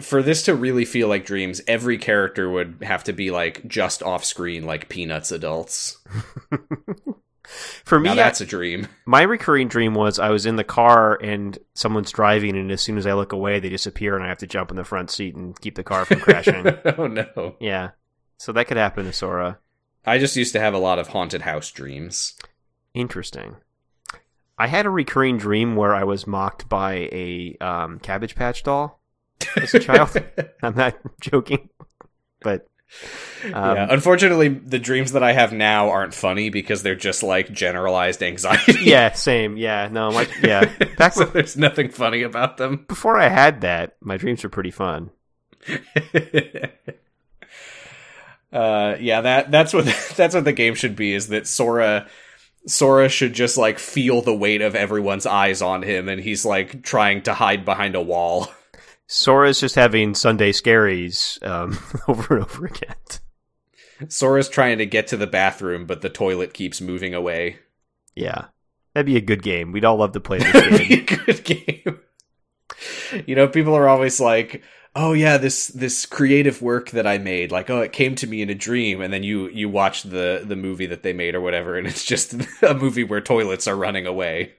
Speaker 1: for this to really feel like dreams, every character would have to be like just off screen, like Peanuts adults.
Speaker 2: For me,
Speaker 1: Now
Speaker 2: I-
Speaker 1: that's a dream.
Speaker 2: my recurring dream was I was in the car and someone's driving, and as soon as I look away, they disappear, and I have to jump in the front seat and keep the car from crashing.
Speaker 1: oh no!
Speaker 2: yeah, so that could happen to Sora.
Speaker 1: I just used to have a lot of haunted house dreams.
Speaker 2: Interesting. I had a recurring dream where I was mocked by a um, Cabbage Patch doll as a child. I'm not joking, but um,
Speaker 1: yeah. Unfortunately, the dreams that I have now aren't funny because they're just like generalized anxiety.
Speaker 2: yeah, same. Yeah, no, my, yeah. Back
Speaker 1: so
Speaker 2: with,
Speaker 1: there's nothing funny about them.
Speaker 2: before I had that, my dreams were pretty fun.
Speaker 1: uh, yeah, that that's what that's what the game should be. Is that Sora? Sora should just like feel the weight of everyone's eyes on him, and he's like trying to hide behind a wall.
Speaker 2: Sora's just having Sunday scaries um, over and over again.
Speaker 1: Sora's trying to get to the bathroom, but the toilet keeps moving away.
Speaker 2: Yeah, that'd be a good game. We'd all love to play this
Speaker 1: It'd be
Speaker 2: game.
Speaker 1: a good game. You know, people are always like, "Oh yeah, this this creative work that I made, like, oh, it came to me in a dream." And then you you watch the the movie that they made or whatever, and it's just a movie where toilets are running away.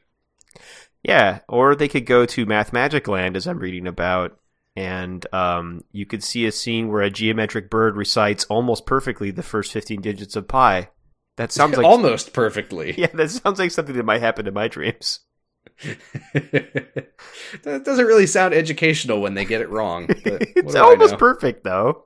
Speaker 2: Yeah, or they could go to Math Magic Land, as I'm reading about, and um, you could see a scene where a geometric bird recites almost perfectly the first 15 digits of pi. That sounds like
Speaker 1: Almost perfectly.
Speaker 2: yeah, that sounds like something that might happen in my dreams.
Speaker 1: that doesn't really sound educational when they get it wrong. But what
Speaker 2: it's
Speaker 1: do I
Speaker 2: almost
Speaker 1: know?
Speaker 2: perfect though.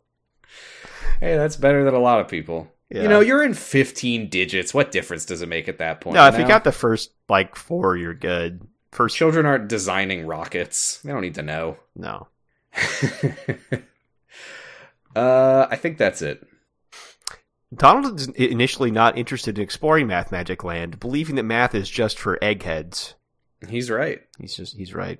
Speaker 1: hey, that's better than a lot of people.
Speaker 2: Yeah.
Speaker 1: You know, you're in 15 digits. What difference does it make at that point?
Speaker 2: No, if
Speaker 1: you
Speaker 2: you
Speaker 1: know?
Speaker 2: got the first like four, you're good. First,
Speaker 1: children aren't designing rockets, they don't need to know.
Speaker 2: no.
Speaker 1: uh, I think that's it.
Speaker 2: Donald is initially not interested in exploring Math Magic Land, believing that math is just for eggheads.
Speaker 1: He's right.
Speaker 2: He's just he's right.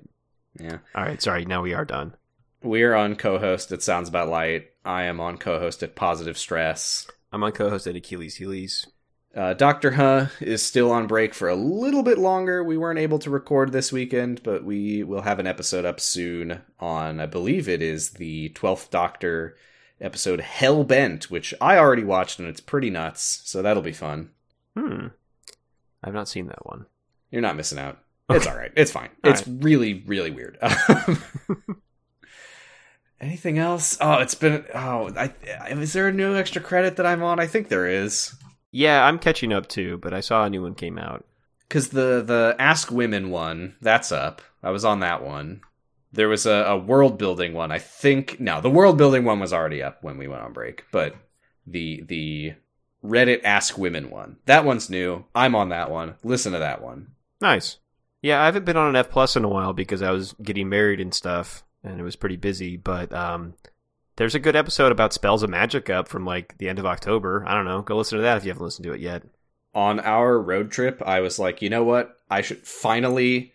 Speaker 1: Yeah.
Speaker 2: All right, sorry. Now we are done.
Speaker 1: We're on co host at Sounds About Light. I am on co host at Positive Stress.
Speaker 2: I'm on co-host at Achilles Healy's.
Speaker 1: Uh, Dr. Huh is still on break for a little bit longer. We weren't able to record this weekend, but we will have an episode up soon on, I believe it is the 12th Doctor episode Hellbent, which I already watched and it's pretty nuts, so that'll be fun.
Speaker 2: Hmm. I've not seen that one.
Speaker 1: You're not missing out.
Speaker 2: Okay.
Speaker 1: It's all right. It's fine.
Speaker 2: All
Speaker 1: it's really, really weird. Um, Anything else? Oh, it's been. Oh, I, is there a new extra credit that I'm on? I think there is.
Speaker 2: Yeah, I'm catching up too, but I saw a new one came out.
Speaker 1: Because the, the Ask Women one, that's up. I was on that one. There was a, a world building one. I think. No, the world building one was already up when we went on break, but the the Reddit Ask Women one, that one's new. I'm on that one. Listen to that one.
Speaker 2: Nice. Yeah, I haven't been on an F plus in a while because I was getting married and stuff, and it was pretty busy. But um, there's a good episode about spells of magic up from like the end of October. I don't know. Go listen to that if you haven't listened to it yet.
Speaker 1: on our road trip, I was like, you know what? I should finally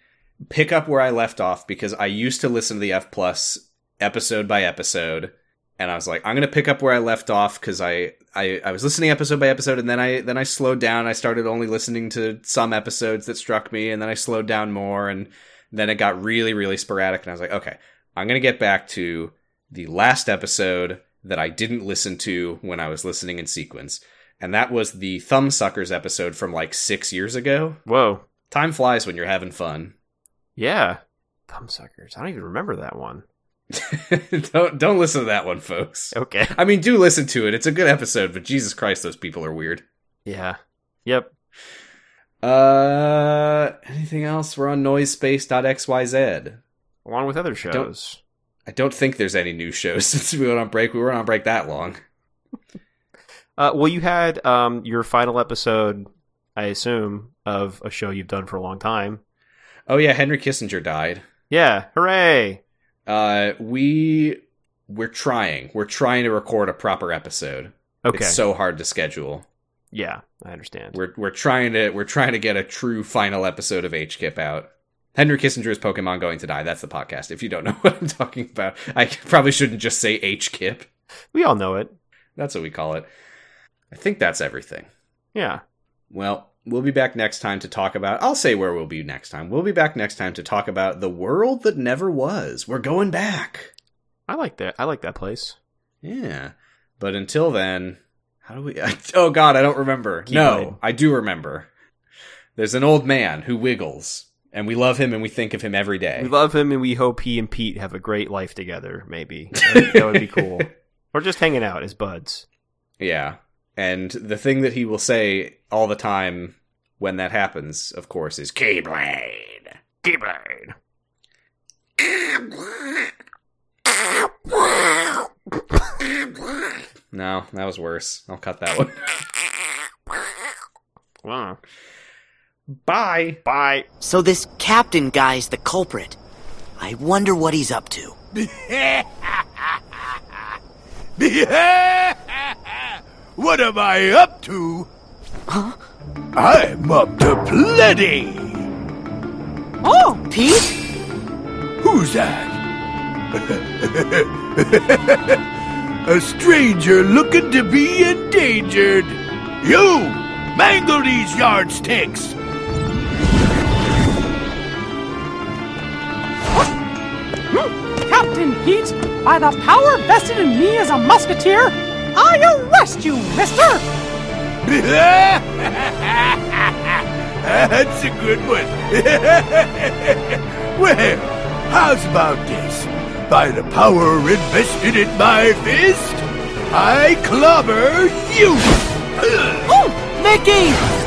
Speaker 1: pick up where I left off because I used to listen to the F plus episode by episode. And I was like, I'm gonna pick up where I left off because I, I I was listening episode by episode, and then I then I slowed down. I started only listening to some episodes that struck me, and then I slowed down more, and then it got really really sporadic. And I was like, okay, I'm gonna get back to the last episode that I didn't listen to when I was listening in sequence and that was the Thumbsuckers episode from like six years ago.
Speaker 2: Whoa.
Speaker 1: Time flies when you're having fun.
Speaker 2: Yeah. Thumbsuckers. I don't even remember that one.
Speaker 1: don't don't listen to that one, folks.
Speaker 2: Okay.
Speaker 1: I mean, do listen to it. It's a good episode, but Jesus Christ, those people are weird.
Speaker 2: Yeah. Yep.
Speaker 1: Uh, anything else? We're on noisepace.xyz.
Speaker 2: along with other
Speaker 1: don't-
Speaker 2: shows.
Speaker 1: I don't think there's any new shows since we went on break. We weren't on break that long.
Speaker 2: Uh, well, you had um, your final episode, I assume, of a show you've done for a long time.
Speaker 1: Oh yeah, Henry Kissinger died.
Speaker 2: Yeah, hooray!
Speaker 1: Uh, we we're trying. We're trying to record a proper episode.
Speaker 2: Okay,
Speaker 1: It's so hard to schedule.
Speaker 2: yeah, I understand.
Speaker 1: We're we're trying to we're trying to get a true final episode of H Kip out. Henry Kissinger's Pokemon Going to Die. That's the podcast. If you don't know what I'm talking about, I probably shouldn't just say H Kip.
Speaker 2: We all know it.
Speaker 1: That's what we call it. I think that's everything.
Speaker 2: Yeah,
Speaker 1: Well, we'll be back next time to talk about. I'll say where we'll be next time. We'll be back next time to talk about the world that never was. We're going back.
Speaker 2: I like that. I like that place.
Speaker 1: Yeah. But until then, how do we. Oh, God, I don't remember.
Speaker 2: Keep
Speaker 1: no,
Speaker 2: going.
Speaker 1: I do remember. There's an old man who wiggles, and we love him and we think of him every day.
Speaker 2: We love him, and we hope he and Pete have a great life together. Maybe that would be cool, or just hanging out as buds.
Speaker 1: yeah. And the thing that he will say all the time when that happens, of course, is
Speaker 3: Keyblade. Keyblade.
Speaker 1: No, that was worse. I'll cut that one.
Speaker 2: Wow.
Speaker 1: Bye.
Speaker 2: Bye.
Speaker 4: So this captain guy's the culprit. I wonder what he's up to.
Speaker 5: what am I up to? Huh? I'm up to plenty.
Speaker 4: Oh, Pete?
Speaker 5: Who's that? a stranger looking to be endangered. You! Mangle these yardsticks!
Speaker 6: Captain Pete, by the power vested in me as a musketeer, I arrest you, mister!
Speaker 5: That's a good one. well, how's about this? By the power invested in my fist, I clobber you.
Speaker 4: Oh, Mickey!